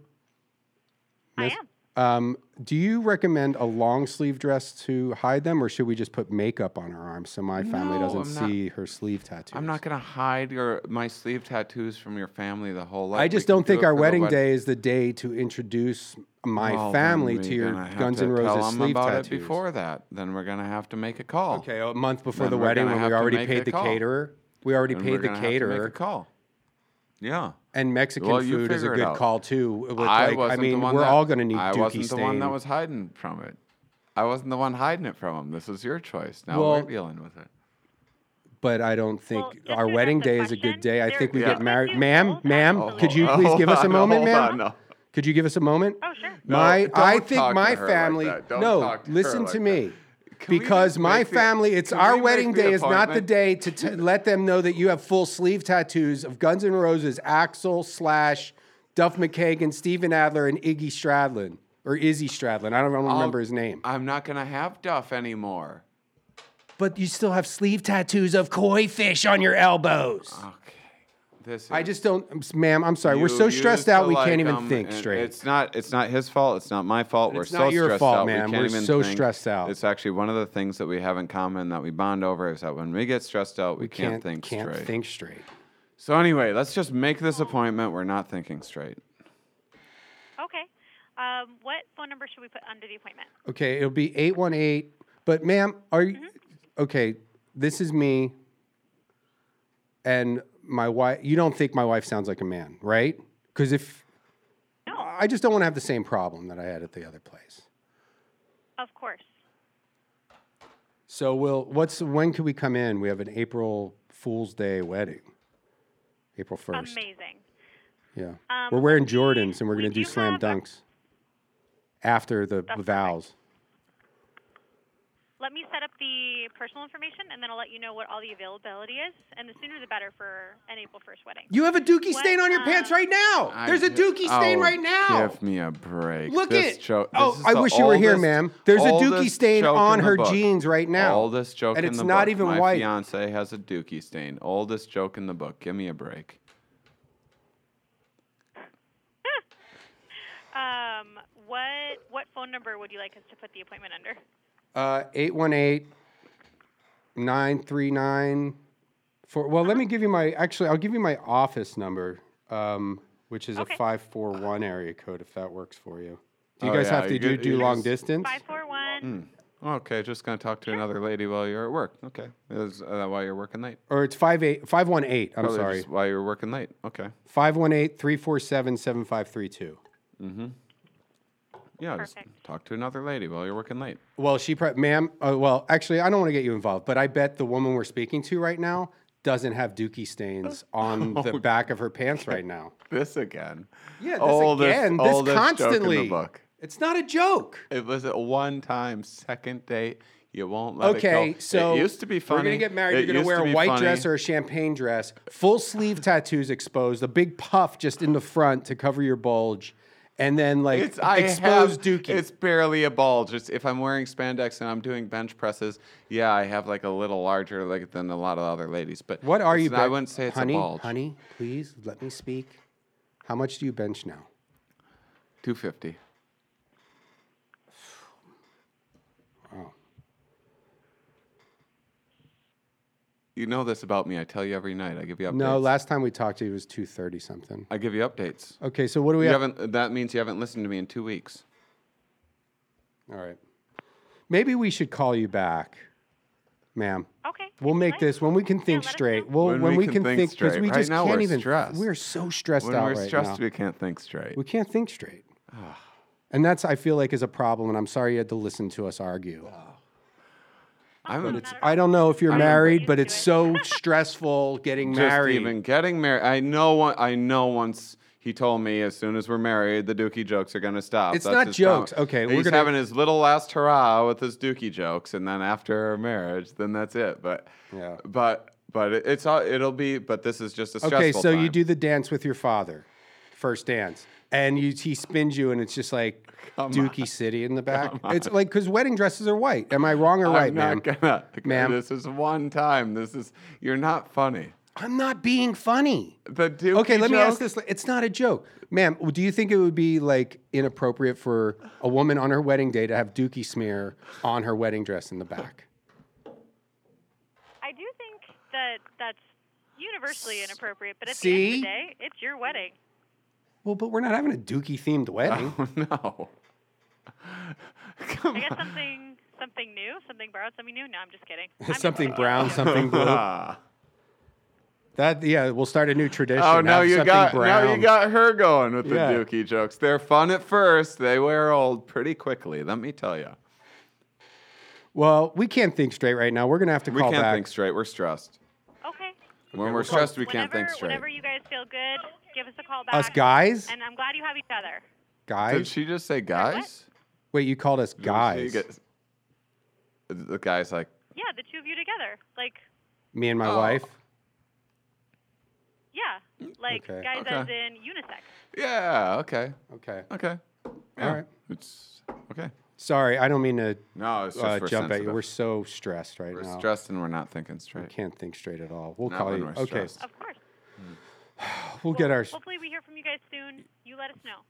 [SPEAKER 1] I am. Um, do you recommend a long sleeve dress to hide them, or should we just put makeup on her arms so my family
[SPEAKER 3] No,
[SPEAKER 1] doesn't
[SPEAKER 3] I'm not-
[SPEAKER 1] see her sleeve tattoo?
[SPEAKER 3] I'm not gonna hide your my sleeve tattoos from your family the whole life.
[SPEAKER 1] I
[SPEAKER 3] We
[SPEAKER 1] just
[SPEAKER 3] can
[SPEAKER 1] don't
[SPEAKER 3] do
[SPEAKER 1] think
[SPEAKER 3] it
[SPEAKER 1] our
[SPEAKER 3] for the
[SPEAKER 1] wedding
[SPEAKER 3] wed-
[SPEAKER 1] day is the day to introduce my
[SPEAKER 3] Well, then
[SPEAKER 1] family
[SPEAKER 3] we're
[SPEAKER 1] to your
[SPEAKER 3] gonna have
[SPEAKER 1] Guns
[SPEAKER 3] to
[SPEAKER 1] N'
[SPEAKER 3] tell
[SPEAKER 1] Roses
[SPEAKER 3] them
[SPEAKER 1] sleeve
[SPEAKER 3] about
[SPEAKER 1] tattoos.
[SPEAKER 3] it before that. Then we're gonna have to make a call.
[SPEAKER 1] Okay, a month before
[SPEAKER 3] Then
[SPEAKER 1] the
[SPEAKER 3] we're
[SPEAKER 1] wedding
[SPEAKER 3] gonna
[SPEAKER 1] when
[SPEAKER 3] have
[SPEAKER 1] we
[SPEAKER 3] to
[SPEAKER 1] already
[SPEAKER 3] make
[SPEAKER 1] paid
[SPEAKER 3] a
[SPEAKER 1] the
[SPEAKER 3] call.
[SPEAKER 1] caterer. We already
[SPEAKER 3] Then we're
[SPEAKER 1] paid the
[SPEAKER 3] gonna have to make a
[SPEAKER 1] caterer.
[SPEAKER 3] call. Yeah.
[SPEAKER 1] And Mexican
[SPEAKER 3] Well, you
[SPEAKER 1] food is a
[SPEAKER 3] figure it
[SPEAKER 1] good
[SPEAKER 3] out.
[SPEAKER 1] call too. with,
[SPEAKER 3] I
[SPEAKER 1] like, I
[SPEAKER 3] wasn't the
[SPEAKER 1] mean,
[SPEAKER 3] one
[SPEAKER 1] we're
[SPEAKER 3] that-
[SPEAKER 1] all going to need
[SPEAKER 3] I
[SPEAKER 1] dookie
[SPEAKER 3] wasn't the one that
[SPEAKER 1] stain.
[SPEAKER 3] was hiding from it. I wasn't the one hiding it from him. This was your choice. Now
[SPEAKER 1] Well,
[SPEAKER 3] we're dealing with it.
[SPEAKER 1] but I don't think our wedding day is a good day. I think we
[SPEAKER 3] Yeah.
[SPEAKER 1] get married, ma'am. Ma'am,
[SPEAKER 3] Hold
[SPEAKER 1] could you
[SPEAKER 3] on,
[SPEAKER 1] please
[SPEAKER 3] hold
[SPEAKER 1] give
[SPEAKER 3] (laughs)
[SPEAKER 1] us a
[SPEAKER 3] on,
[SPEAKER 1] moment,
[SPEAKER 3] Oh, hold
[SPEAKER 1] ma'am?
[SPEAKER 3] on, no.
[SPEAKER 1] Could you give us a moment? Oh
[SPEAKER 12] sure.
[SPEAKER 3] No,
[SPEAKER 1] My,
[SPEAKER 3] don't
[SPEAKER 1] I
[SPEAKER 3] talk
[SPEAKER 1] think
[SPEAKER 3] to
[SPEAKER 1] my
[SPEAKER 3] her like
[SPEAKER 1] family.
[SPEAKER 3] that. Don't
[SPEAKER 1] no,
[SPEAKER 3] talk to her
[SPEAKER 1] listen
[SPEAKER 3] like
[SPEAKER 1] to
[SPEAKER 3] that.
[SPEAKER 1] me. because my
[SPEAKER 3] make the-
[SPEAKER 1] family, it's
[SPEAKER 3] can
[SPEAKER 1] our
[SPEAKER 3] we
[SPEAKER 1] wedding
[SPEAKER 3] make the
[SPEAKER 1] day is not the
[SPEAKER 3] appointment?
[SPEAKER 1] day to t- let them know that you have full sleeve tattoos of Guns N' Roses, Axel slash Duff McKagan, Steven Adler, and Iggy Stradlin or Izzy Stradlin. I don't remember his name.
[SPEAKER 3] I'm not gonna have Duff anymore.
[SPEAKER 1] But you still have sleeve tattoos of koi fish on your elbows.
[SPEAKER 3] This
[SPEAKER 1] I
[SPEAKER 3] is-
[SPEAKER 1] just don't, I'm s- ma'am. I'm sorry. We're
[SPEAKER 3] You
[SPEAKER 1] so
[SPEAKER 3] used
[SPEAKER 1] stressed
[SPEAKER 3] to
[SPEAKER 1] out we
[SPEAKER 3] like
[SPEAKER 1] can't even
[SPEAKER 3] him,
[SPEAKER 1] think
[SPEAKER 3] and
[SPEAKER 1] straight.
[SPEAKER 3] It's not. It's not his fault. It's not my fault.
[SPEAKER 1] And
[SPEAKER 3] We're
[SPEAKER 1] it's
[SPEAKER 3] so
[SPEAKER 1] not your
[SPEAKER 3] stressed
[SPEAKER 1] fault,
[SPEAKER 3] out.
[SPEAKER 1] man.
[SPEAKER 3] We can't
[SPEAKER 1] We're
[SPEAKER 3] even
[SPEAKER 1] so
[SPEAKER 3] think.
[SPEAKER 1] stressed out.
[SPEAKER 3] It's actually one of the things that we have in common that we bond over is that when we get stressed out, we, can't,
[SPEAKER 1] can't-
[SPEAKER 3] think
[SPEAKER 1] can't
[SPEAKER 3] straight.
[SPEAKER 1] think straight.
[SPEAKER 3] So anyway, let's just make this appointment. We're not thinking straight.
[SPEAKER 12] Okay. Um, what phone number should we put under the appointment?
[SPEAKER 1] Okay, it'll be 818. But ma'am, are you
[SPEAKER 12] Mm-hmm.
[SPEAKER 1] okay? This is me and my wife. You don't think my wife sounds like a man, right? Because if I just don't want to have the same problem that I had at the other place.
[SPEAKER 12] Of course.
[SPEAKER 1] So, will what's when could we come in? We have an April Fool's Day wedding, April 1st.
[SPEAKER 12] Amazing.
[SPEAKER 1] Yeah.
[SPEAKER 12] Um,
[SPEAKER 1] we're wearing Jordans and we're going to do slam dunks after the vows.
[SPEAKER 12] let me set up the personal information, and then I'll let you know what all the availability is. And the sooner the better for an April 1st wedding.
[SPEAKER 1] You have a dookie stain on your pants right now.
[SPEAKER 3] I
[SPEAKER 1] There's a
[SPEAKER 3] gi-
[SPEAKER 1] dookie stain
[SPEAKER 3] Oh,
[SPEAKER 1] right now.
[SPEAKER 3] Give me a break.
[SPEAKER 1] Look
[SPEAKER 3] this
[SPEAKER 1] it.
[SPEAKER 3] Joke,
[SPEAKER 1] Oh,
[SPEAKER 3] this is
[SPEAKER 1] I
[SPEAKER 3] the
[SPEAKER 1] wish you were here,
[SPEAKER 3] oldest-
[SPEAKER 1] ma'am. There's a dookie
[SPEAKER 3] oldest
[SPEAKER 1] stain
[SPEAKER 3] joke
[SPEAKER 1] on
[SPEAKER 3] in the
[SPEAKER 1] her
[SPEAKER 3] book.
[SPEAKER 1] jeans right now.
[SPEAKER 3] Oldest joke
[SPEAKER 1] And
[SPEAKER 3] in
[SPEAKER 1] it's
[SPEAKER 3] the
[SPEAKER 1] not
[SPEAKER 3] book.
[SPEAKER 1] even
[SPEAKER 3] My
[SPEAKER 1] white.
[SPEAKER 3] fiance has a dookie stain. Oldest joke in the book. Give me a break.
[SPEAKER 12] Um, what what phone number would you like us to put the appointment under?
[SPEAKER 1] Uh, 818 939 Well, let me give you my, actually, I'll give you my office number, um, which is a 541 area code if that works for you. Do you
[SPEAKER 3] Oh,
[SPEAKER 1] guys
[SPEAKER 3] yeah,
[SPEAKER 1] have to
[SPEAKER 3] you
[SPEAKER 1] do,
[SPEAKER 3] could-
[SPEAKER 1] do
[SPEAKER 3] you
[SPEAKER 1] long
[SPEAKER 3] just-
[SPEAKER 1] distance? Hmm.
[SPEAKER 3] Mm. Okay, just gonna talk to another lady while you're at work. Okay, is uh, while you're working late?
[SPEAKER 1] Or it's 58 518, I'm
[SPEAKER 3] Probably
[SPEAKER 1] sorry.
[SPEAKER 3] just while you're working late. Okay.
[SPEAKER 1] 518 347 7532.
[SPEAKER 3] Mm-hmm. Yeah, just talk to another lady while you're working late.
[SPEAKER 1] Well, she, pre- ma'am. Uh, well, actually, I don't want to get you involved, but I bet the woman we're speaking to right now doesn't have dookie (laughs) stains on the back of her pants right now.
[SPEAKER 3] This again.
[SPEAKER 1] Oh, (laughs) Yeah, this
[SPEAKER 3] Oldest-
[SPEAKER 1] again. This
[SPEAKER 3] oldest joke in the
[SPEAKER 1] constantly.
[SPEAKER 3] book.
[SPEAKER 1] It's not a joke.
[SPEAKER 3] It was a one time second date. You won't let it go.
[SPEAKER 1] okay, so
[SPEAKER 3] it used to be funny.
[SPEAKER 1] We're gonna get married.
[SPEAKER 3] It
[SPEAKER 1] you're gonna
[SPEAKER 3] used
[SPEAKER 1] wear a
[SPEAKER 3] be
[SPEAKER 1] white
[SPEAKER 3] funny.
[SPEAKER 1] dress or a champagne dress. Full sleeve tattoos exposed. A big puff just in the front to cover your bulge, and then like
[SPEAKER 3] It's I
[SPEAKER 1] exposed
[SPEAKER 3] have,
[SPEAKER 1] dookie.
[SPEAKER 3] It's barely a bulge. It's if I'm wearing spandex and I'm doing bench presses, yeah, I have like a little larger like than a lot of other ladies. But
[SPEAKER 1] what are
[SPEAKER 3] it's
[SPEAKER 1] you?
[SPEAKER 3] not- I
[SPEAKER 1] ben-
[SPEAKER 3] wouldn't say it's
[SPEAKER 1] honey,
[SPEAKER 3] a bulge.
[SPEAKER 1] Honey, please let me speak. How much do you bench now?
[SPEAKER 3] Two fifty. Oh. You know this about me. I tell you every night. I give you updates.
[SPEAKER 1] No, last time we talked to you was two thirty something.
[SPEAKER 3] I give you updates.
[SPEAKER 1] Okay, so what do we
[SPEAKER 3] you
[SPEAKER 1] have?
[SPEAKER 3] haven't. That means you haven't listened to me in two weeks.
[SPEAKER 1] All right. Maybe we should call you back, ma'am.
[SPEAKER 12] Okay.
[SPEAKER 1] We'll make this when we can think straight. We'll when, we, can think because
[SPEAKER 3] straight.
[SPEAKER 1] we
[SPEAKER 3] Right
[SPEAKER 1] just
[SPEAKER 3] now
[SPEAKER 1] can't
[SPEAKER 3] we're
[SPEAKER 1] even.
[SPEAKER 3] stressed.
[SPEAKER 1] We're so stressed
[SPEAKER 3] when
[SPEAKER 1] out
[SPEAKER 3] we're
[SPEAKER 1] right
[SPEAKER 3] stressed,
[SPEAKER 1] now.
[SPEAKER 3] we can't think straight.
[SPEAKER 1] We can't think straight, and that's I feel like is a problem. And I'm sorry you had to listen to us argue.
[SPEAKER 3] I'm
[SPEAKER 1] But it's, I don't know if you're married, but it's so stressful getting
[SPEAKER 3] Just
[SPEAKER 1] married.
[SPEAKER 3] even getting married. I know. One, I know. Once he told me, as soon as we're married, the Dookie jokes are gonna stop.
[SPEAKER 1] It's
[SPEAKER 3] That's
[SPEAKER 1] not
[SPEAKER 3] his prom-
[SPEAKER 1] jokes. Okay,
[SPEAKER 3] he's
[SPEAKER 1] we're gonna-
[SPEAKER 3] having his little last hurrah with his Dookie jokes, and then after our marriage, then that's it. But
[SPEAKER 1] yeah,
[SPEAKER 3] but but it, it's all. It'll be. But this is just a stressful.
[SPEAKER 1] Okay, so you
[SPEAKER 3] time.
[SPEAKER 1] do the dance with your father, first dance, and you he spins you, and it's just like Dookie City in the back. It's like because wedding dresses are white. Am I wrong or right,
[SPEAKER 3] I'm not
[SPEAKER 1] ma'am?
[SPEAKER 3] gonna. (laughs)
[SPEAKER 1] Ma'am.
[SPEAKER 3] This is one time. This is. You're not funny.
[SPEAKER 1] I'm not being funny.
[SPEAKER 3] The Dookie
[SPEAKER 1] Okay, let me ask
[SPEAKER 3] joke?
[SPEAKER 1] this. It's not a joke, ma'am. Do you think it would be like inappropriate for a woman on her wedding day to have Dookie smear on her wedding dress in the back?
[SPEAKER 12] I do think that that's universally inappropriate, but at
[SPEAKER 1] See?
[SPEAKER 12] the end of the day, it's
[SPEAKER 1] (laughs)
[SPEAKER 12] your wedding.
[SPEAKER 1] Well, but we're not having a Dookie themed
[SPEAKER 3] (laughs)
[SPEAKER 1] wedding.
[SPEAKER 3] no.
[SPEAKER 12] I guess something something new, something borrowed, something new. No, I'm just
[SPEAKER 1] (laughs)
[SPEAKER 12] kidding.
[SPEAKER 1] something brown, something blue.
[SPEAKER 3] (laughs) Ah.
[SPEAKER 1] that yeah, we'll start a new tradition.
[SPEAKER 3] Oh, now
[SPEAKER 1] Have
[SPEAKER 3] you
[SPEAKER 1] something
[SPEAKER 3] got now you
[SPEAKER 1] brown.
[SPEAKER 3] got her going with the
[SPEAKER 1] Yeah.
[SPEAKER 3] Dookie jokes. They're fun at first. They wear old pretty quickly. Let me tell you.
[SPEAKER 1] Well, we can't think straight right now. We're gonna have to
[SPEAKER 3] We
[SPEAKER 1] call
[SPEAKER 3] can't
[SPEAKER 1] back.
[SPEAKER 3] think straight. We're stressed.
[SPEAKER 12] Okay.
[SPEAKER 3] When we're stressed, we can't think
[SPEAKER 12] Whenever-
[SPEAKER 3] straight.
[SPEAKER 12] Whenever you guys feel good, give us a call back.
[SPEAKER 1] Us guys?
[SPEAKER 12] And I'm glad you have each other.
[SPEAKER 3] Did
[SPEAKER 1] guys.
[SPEAKER 3] she just say guys?
[SPEAKER 1] Wait, you called us
[SPEAKER 3] Did she
[SPEAKER 1] guys?
[SPEAKER 3] get- the guy's like,
[SPEAKER 12] Yeah, the two of you together. Like,
[SPEAKER 1] Me and my
[SPEAKER 3] Oh.
[SPEAKER 1] wife.
[SPEAKER 12] yeah, like
[SPEAKER 1] Okay.
[SPEAKER 12] guys
[SPEAKER 3] Okay.
[SPEAKER 12] as in unisex.
[SPEAKER 3] yeah, okay,
[SPEAKER 1] okay,
[SPEAKER 3] okay,
[SPEAKER 1] All right.
[SPEAKER 3] It's okay.
[SPEAKER 1] Sorry, I don't mean to
[SPEAKER 3] No, it's just
[SPEAKER 1] uh,
[SPEAKER 3] we're
[SPEAKER 1] jump at you.
[SPEAKER 3] sensitive.
[SPEAKER 1] We're so stressed right
[SPEAKER 3] We're
[SPEAKER 1] now.
[SPEAKER 3] stressed and we're not thinking straight.
[SPEAKER 1] We can't think straight at all. We'll
[SPEAKER 3] Not
[SPEAKER 1] call
[SPEAKER 3] when
[SPEAKER 1] you.
[SPEAKER 3] we're
[SPEAKER 1] Okay,
[SPEAKER 3] stressed.
[SPEAKER 12] Of course.
[SPEAKER 1] we'll get our
[SPEAKER 12] Hopefully, we hear from you guys soon. You let us know.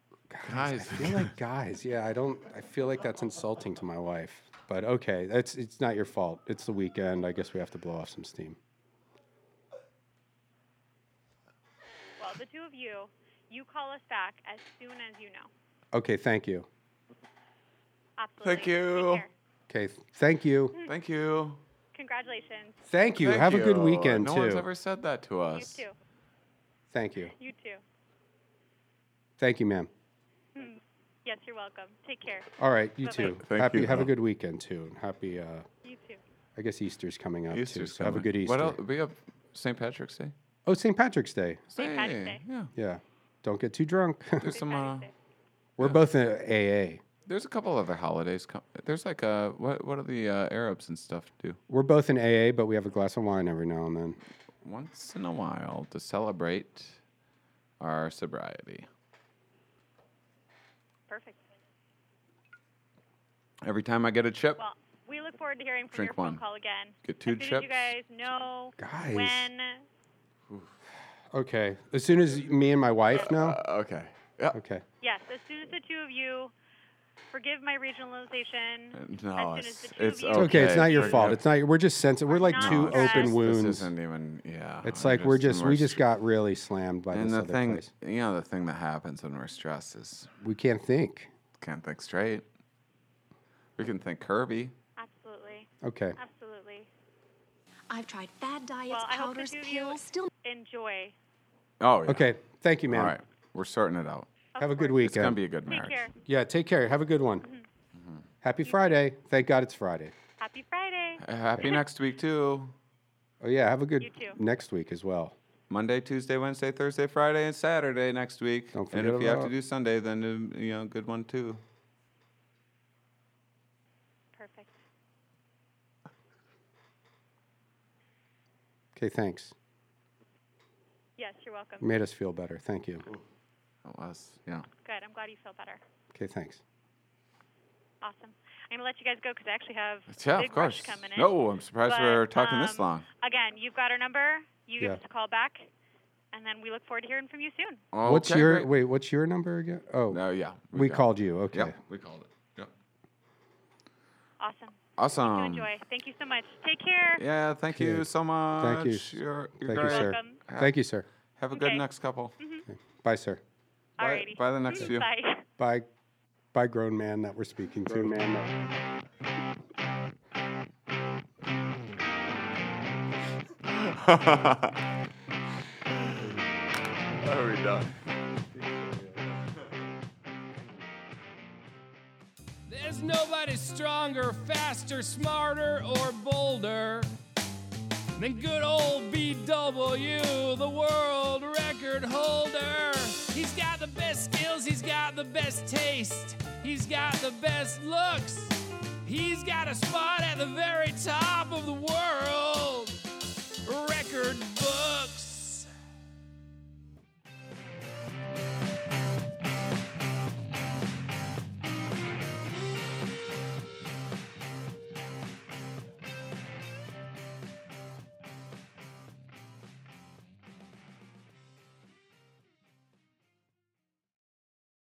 [SPEAKER 1] guys. I feel like guys. Yeah, I don't. I feel like that's insulting to my wife. But okay, that's it's not your fault. It's the weekend. I guess we have to blow off some steam.
[SPEAKER 12] Well, the two of you, you call us back as soon as you know.
[SPEAKER 1] Okay, thank you.
[SPEAKER 12] Absolutely.
[SPEAKER 3] Thank you.
[SPEAKER 1] Okay, thank you.
[SPEAKER 3] Thank you.
[SPEAKER 12] Congratulations.
[SPEAKER 1] Thank you. Have a good
[SPEAKER 3] you.
[SPEAKER 1] weekend
[SPEAKER 3] No
[SPEAKER 1] too.
[SPEAKER 3] one's ever said that to
[SPEAKER 12] You
[SPEAKER 3] us.
[SPEAKER 12] too.
[SPEAKER 1] Thank you.
[SPEAKER 12] You too.
[SPEAKER 1] Thank you, ma'am.
[SPEAKER 12] Hmm. Yes, you're welcome. Take care.
[SPEAKER 1] All right, you
[SPEAKER 12] Bye-bye.
[SPEAKER 1] too.
[SPEAKER 3] Thank
[SPEAKER 1] happy,
[SPEAKER 3] you,
[SPEAKER 1] have a
[SPEAKER 3] Tom.
[SPEAKER 1] good weekend too, and happy. Uh,
[SPEAKER 12] You too.
[SPEAKER 1] I guess Easter's coming up
[SPEAKER 3] Easter's
[SPEAKER 1] too. So have a
[SPEAKER 3] coming.
[SPEAKER 1] good Easter.
[SPEAKER 3] What else? We have St. Patrick's Day.
[SPEAKER 1] Oh, St. Patrick's Day.
[SPEAKER 3] St. Patrick's Day. Yeah.
[SPEAKER 1] Yeah, don't get too drunk. (laughs)
[SPEAKER 3] There's some. Uh,
[SPEAKER 1] We're both in AA.
[SPEAKER 3] There's a couple other holidays. Com- There's like uh what what do the uh, Arabs and stuff do
[SPEAKER 1] We're both in AA, but we have a glass of wine every now and then.
[SPEAKER 3] once in a while to celebrate our sobriety?
[SPEAKER 12] Perfect.
[SPEAKER 3] Every time I get a chip,
[SPEAKER 12] Well, we look forward to hearing from
[SPEAKER 3] Drink
[SPEAKER 12] your phone
[SPEAKER 3] one.
[SPEAKER 12] call again.
[SPEAKER 3] Get two
[SPEAKER 12] as soon As
[SPEAKER 3] chips.
[SPEAKER 12] you guys know
[SPEAKER 1] Guys.
[SPEAKER 12] when.
[SPEAKER 1] Okay. As soon as me and my wife know.
[SPEAKER 3] Uh, okay. Yeah.
[SPEAKER 1] Okay.
[SPEAKER 12] Yes, as soon as the two of you forgive my regionalization.
[SPEAKER 3] Uh, no,
[SPEAKER 12] as soon as
[SPEAKER 3] it's
[SPEAKER 12] the two
[SPEAKER 3] it's
[SPEAKER 12] of
[SPEAKER 1] It's
[SPEAKER 12] you
[SPEAKER 1] okay. It's not your fault. It's not. We're just sensitive. We're like
[SPEAKER 12] not
[SPEAKER 1] two
[SPEAKER 12] stressed.
[SPEAKER 1] open wounds.
[SPEAKER 3] This isn't even yeah.
[SPEAKER 1] It's
[SPEAKER 3] I'm
[SPEAKER 1] like we're
[SPEAKER 3] just- and
[SPEAKER 1] just
[SPEAKER 3] we're
[SPEAKER 1] we just got really slammed by
[SPEAKER 3] And
[SPEAKER 1] this
[SPEAKER 3] the
[SPEAKER 1] other
[SPEAKER 3] thing,
[SPEAKER 1] place.
[SPEAKER 3] you know, the thing that happens when we're stressed is
[SPEAKER 1] We can't think.
[SPEAKER 3] can't think straight. We can think curvy.
[SPEAKER 12] Absolutely.
[SPEAKER 1] Okay.
[SPEAKER 12] Absolutely.
[SPEAKER 6] I've tried fad diets,
[SPEAKER 12] Well, I hope the
[SPEAKER 6] powders,
[SPEAKER 12] two of you
[SPEAKER 6] pills, still
[SPEAKER 12] enjoy.
[SPEAKER 3] Oh, yeah.
[SPEAKER 1] Okay. Thank you, man.
[SPEAKER 3] All right, we're sorting it out.
[SPEAKER 1] Have a good weekend.
[SPEAKER 3] It's gonna be a good
[SPEAKER 12] Take
[SPEAKER 3] marriage.
[SPEAKER 12] care.
[SPEAKER 1] Yeah. Take care. Have a good one.
[SPEAKER 12] Mm-hmm.
[SPEAKER 3] Mm-hmm.
[SPEAKER 1] Happy Friday. Thank God it's Friday.
[SPEAKER 12] Happy Friday.
[SPEAKER 3] Uh, Happy next week too.
[SPEAKER 1] Oh yeah. Have a good
[SPEAKER 12] You too.
[SPEAKER 1] next week as well.
[SPEAKER 3] Monday, Tuesday, Wednesday, Thursday, Friday, and Saturday next week.
[SPEAKER 1] Don't
[SPEAKER 3] and
[SPEAKER 1] forget
[SPEAKER 3] if you have to
[SPEAKER 1] about-
[SPEAKER 3] do Sunday, then uh, you know, good one too.
[SPEAKER 12] Perfect.
[SPEAKER 1] Okay. Thanks.
[SPEAKER 12] Yes, you're welcome.
[SPEAKER 1] You made us feel better. Thank you.
[SPEAKER 3] That was yeah.
[SPEAKER 12] Good. I'm glad you feel better.
[SPEAKER 1] Okay. Thanks.
[SPEAKER 12] Awesome. I'm gonna let you guys go because I actually have
[SPEAKER 3] Yeah,
[SPEAKER 12] a
[SPEAKER 3] of
[SPEAKER 12] big rush
[SPEAKER 3] course.
[SPEAKER 12] coming in.
[SPEAKER 3] No, I'm surprised
[SPEAKER 12] But,
[SPEAKER 3] we're talking this
[SPEAKER 12] um,
[SPEAKER 3] long.
[SPEAKER 12] Again, you've got our number. You give
[SPEAKER 1] Yeah.
[SPEAKER 12] us a call back, and then we look forward to hearing from you soon.
[SPEAKER 1] what's
[SPEAKER 3] Okay,
[SPEAKER 1] your
[SPEAKER 3] great.
[SPEAKER 1] wait? What's your number again? Oh.
[SPEAKER 3] No, yeah.
[SPEAKER 1] We
[SPEAKER 3] got-
[SPEAKER 1] called you. Okay.
[SPEAKER 3] Yep, we called it. Yep.
[SPEAKER 12] Awesome.
[SPEAKER 3] Awesome.
[SPEAKER 12] You enjoy. Thank you so much. Take care.
[SPEAKER 3] Um, Yeah, thank you
[SPEAKER 1] Good.
[SPEAKER 3] so much.
[SPEAKER 1] Thank you.
[SPEAKER 3] You're,
[SPEAKER 1] Thank
[SPEAKER 3] you're
[SPEAKER 1] you,
[SPEAKER 3] great.
[SPEAKER 1] sir.
[SPEAKER 12] Welcome.
[SPEAKER 3] Ha-
[SPEAKER 1] Thank you, sir.
[SPEAKER 3] Have a good
[SPEAKER 12] Okay.
[SPEAKER 3] next couple.
[SPEAKER 1] Bye, sir.
[SPEAKER 3] Bye,
[SPEAKER 12] Alrighty. Mm,
[SPEAKER 3] bye the next few.
[SPEAKER 12] Bye. (laughs)
[SPEAKER 1] Bye, bye, grown man that we're speaking to. Man
[SPEAKER 3] Are we done?
[SPEAKER 13] There's nobody stronger, faster, smarter, or bolder than good old BW, the world record holder. He's got the best skills, he's got the best taste, he's got the best looks. He's got a spot at the very top of the world